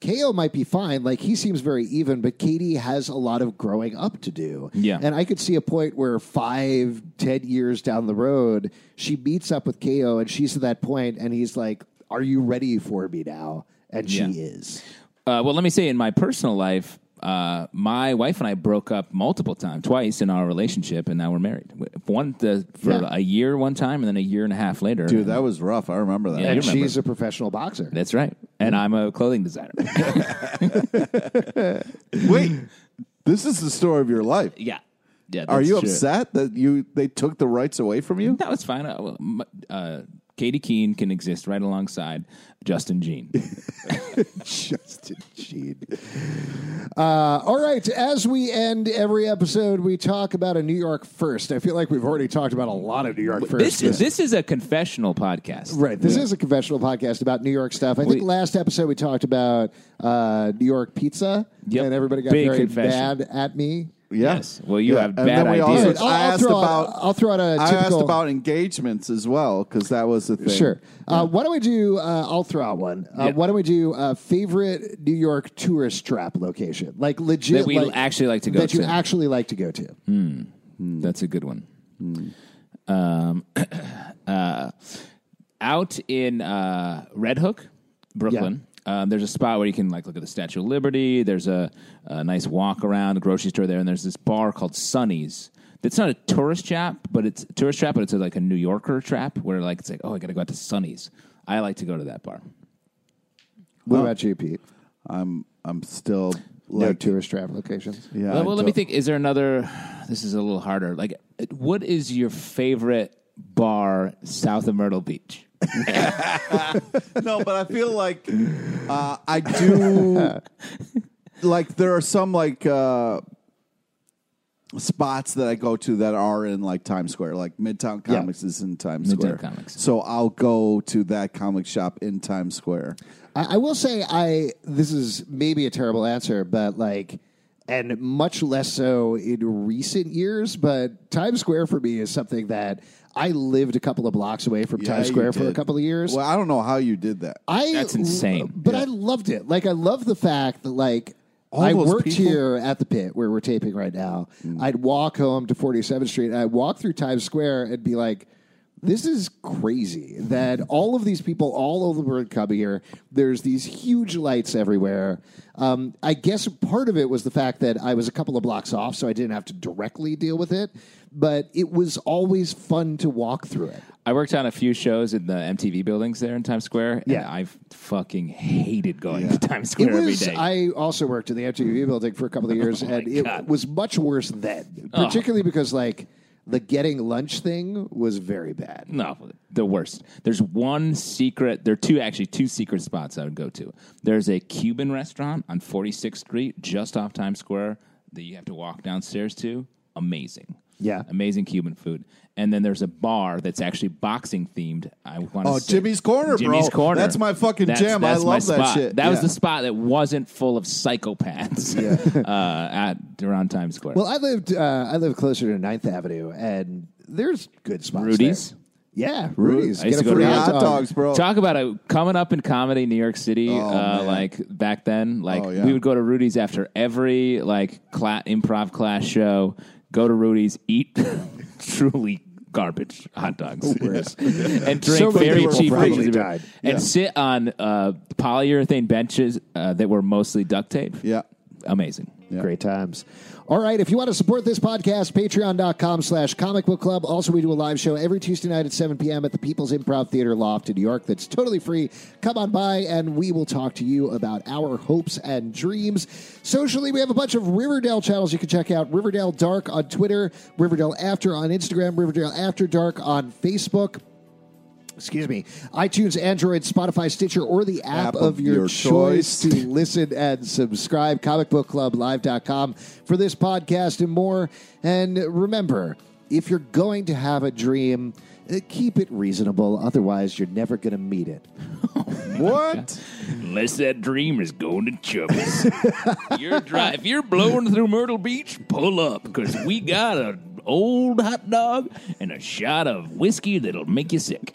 Speaker 1: Ko might be fine, like he seems very even, but Katie has a lot of growing up to do.
Speaker 3: Yeah.
Speaker 1: and I could see a point where five, ten years down the road, she meets up with Ko, and she's at that point, and he's like, "Are you ready for me now?" And she
Speaker 3: Yeah.
Speaker 1: is.
Speaker 3: Uh, well, let me say, in my personal life, uh, my wife and I broke up multiple times, twice in our relationship, and now we're married. One the, for
Speaker 1: Yeah.
Speaker 3: a year, one time, and then a year and a half later.
Speaker 4: Dude, that was rough. I remember that.
Speaker 3: Yeah.
Speaker 1: And
Speaker 3: you remember.
Speaker 1: she's a professional boxer.
Speaker 3: That's right. And I'm a clothing designer.
Speaker 4: Wait, this is the story of your life.
Speaker 3: yeah. Yeah.
Speaker 4: Are
Speaker 3: that's
Speaker 4: you
Speaker 3: true.
Speaker 4: upset that you they took the rights away from you?
Speaker 3: No, it's fine. Uh, well, m- uh, Katie Keene can exist right alongside Justin Jean.
Speaker 1: Justin Sheen. Uh, all right. As we end every episode, we talk about a New York first. I feel like we've already talked about a lot of New York first.
Speaker 3: this is this is a confessional podcast.
Speaker 1: Right. This is a conventional podcast about New York stuff. I think
Speaker 3: We-
Speaker 1: last episode we talked about uh, New York pizza,
Speaker 3: Yep.
Speaker 1: and everybody got
Speaker 3: Big
Speaker 1: very
Speaker 3: confession.
Speaker 1: bad at me.
Speaker 3: Yes. Well, you have bad ideas.
Speaker 4: Also,
Speaker 1: I'll-
Speaker 4: I
Speaker 1: I'll
Speaker 4: asked
Speaker 1: throw out-
Speaker 4: about.
Speaker 1: I'll throw out a
Speaker 4: I asked
Speaker 1: typical-
Speaker 4: about engagements as well because that was the thing.
Speaker 1: Sure. Uh, why don't we do? Uh, I'll throw out one. Uh,
Speaker 3: Yeah.
Speaker 1: Why don't we do uh, favorite New York tourist trap location? Like legit
Speaker 3: That we
Speaker 1: like-
Speaker 3: actually like to go
Speaker 1: That you
Speaker 3: to. Mm.
Speaker 1: actually like to go to.
Speaker 3: That's a good one. Um, uh, out in uh, Red Hook, Brooklyn. Um, there's a spot where you can like look at the Statue of Liberty. There's a, a nice walk around the grocery store there, and there's this bar called Sunny's. That's not a tourist trap, but it's a tourist trap, but it's a, like a New Yorker trap where like it's like, oh, I gotta go out to Sunny's. I like to go to that bar.
Speaker 1: What about you, Pete?
Speaker 4: I'm. I'm still
Speaker 1: No
Speaker 4: like.
Speaker 1: tourist trap locations.
Speaker 4: yeah,
Speaker 3: well,
Speaker 4: I
Speaker 3: well, let me
Speaker 4: don't-
Speaker 3: think. Is there another? This is a little harder. Like, what is your favorite bar south of Myrtle Beach?
Speaker 4: No, but I feel like uh, I do. like there are some like uh, spots that I go to that are in like Times Square. Like Midtown Comics is in Times Square.
Speaker 3: Comics.
Speaker 4: So I'll go to that comic shop in Times Square.
Speaker 1: I, I will say I this is maybe a terrible answer, but like and much less so in recent years, but Times Square for me is something that I lived a couple of blocks away from Times
Speaker 4: you
Speaker 1: Square for a
Speaker 4: did.
Speaker 1: couple of years.
Speaker 4: Well, I don't know how you did that.
Speaker 1: I
Speaker 3: That's insane.
Speaker 1: but I loved it. Like I love the fact that like
Speaker 4: All
Speaker 1: I
Speaker 4: those
Speaker 1: worked
Speaker 4: people- Mm.
Speaker 1: here at the pit where we're taping right now. I'd walk home to 47th Street and I'd walk through Times Square and be like, this is crazy that all of these people all over the world come here. There's these huge lights everywhere. Um, I guess part of it was the fact that I was a couple of blocks off, so I didn't have to directly deal with it. But it was always fun to walk through it.
Speaker 3: I worked on a few shows in the MTV buildings there in Times Square. And
Speaker 1: Yeah.
Speaker 3: I fucking hated going to Times
Speaker 1: It
Speaker 3: Square
Speaker 1: was,
Speaker 3: every day. Oh
Speaker 1: I also worked in the MTV building for a couple of years, and it
Speaker 3: God. Uh-huh.
Speaker 1: was much worse then, particularly because like the getting lunch thing was very bad.
Speaker 3: no, the worst. There's one secret. There are two actually two secret spots I would go to. There's a Cuban restaurant on 46th Street, just off Times Square, that you have to walk downstairs to. Amazing.
Speaker 1: Yeah.
Speaker 3: amazing Cuban food. And then there's a bar that's actually boxing themed. I want
Speaker 4: Oh, Jimmy's Corner, bro.
Speaker 3: Jimmy's Corner.
Speaker 4: That's my fucking
Speaker 3: That's-
Speaker 4: jam. I
Speaker 3: that's my
Speaker 4: love that
Speaker 3: spot.
Speaker 4: shit.
Speaker 3: That was
Speaker 4: Yeah.
Speaker 3: the spot that wasn't full of psychopaths uh, at around Times Square.
Speaker 1: Well, I lived uh, I lived closer to 9th Avenue, and there's good spots.
Speaker 3: Rudy's?
Speaker 1: there. yeah, Rudy's.
Speaker 3: I
Speaker 1: Get a
Speaker 3: used to go to
Speaker 1: free
Speaker 3: Rudy's.
Speaker 4: hot dogs, bro.
Speaker 3: Talk about a, coming up in comedy in New York City,
Speaker 1: Oh,
Speaker 3: uh,
Speaker 4: man.
Speaker 3: like back then. Like
Speaker 4: Oh, yeah.
Speaker 3: we would go to Rudy's after every like cla- improv class show. Go to Rudy's, eat truly garbage hot dogs, and drink
Speaker 1: Oh, So many
Speaker 3: very
Speaker 1: people
Speaker 3: cheap
Speaker 1: probably
Speaker 3: versions of it.
Speaker 1: died.
Speaker 3: and sit on uh, polyurethane benches uh, that were mostly duct tape.
Speaker 4: Yeah.
Speaker 3: amazing.
Speaker 4: Yeah.
Speaker 1: Great times. All right. If you want to support this podcast, patreon.com slash comic book club. Also, we do a live show every Tuesday night at 7 p.m. at the People's Improv Theater Loft in New York. That's totally free. Come on by and we will talk to you about our hopes and dreams. Socially, we have a bunch of Riverdale channels you can check out Riverdale Dark on Twitter, Riverdale After on Instagram, Riverdale After Dark on Facebook. Excuse me, iTunes, Android, Spotify, Stitcher, or the app, of, your, choice. to listen and subscribe. ComicBookClubLive.com for this podcast and more. And remember, if you're going to have a dream, uh, keep it reasonable. Otherwise, you're never going to meet it.
Speaker 4: What?
Speaker 5: Unless that dream is going to Chubby's. you're dry. If you're blowing through Myrtle Beach, pull up because we got an old hot dog and a shot of whiskey that'll make you sick.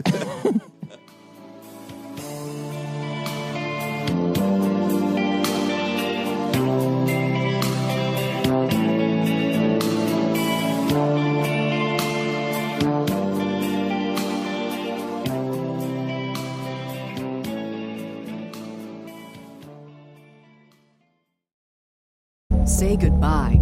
Speaker 6: Say goodbye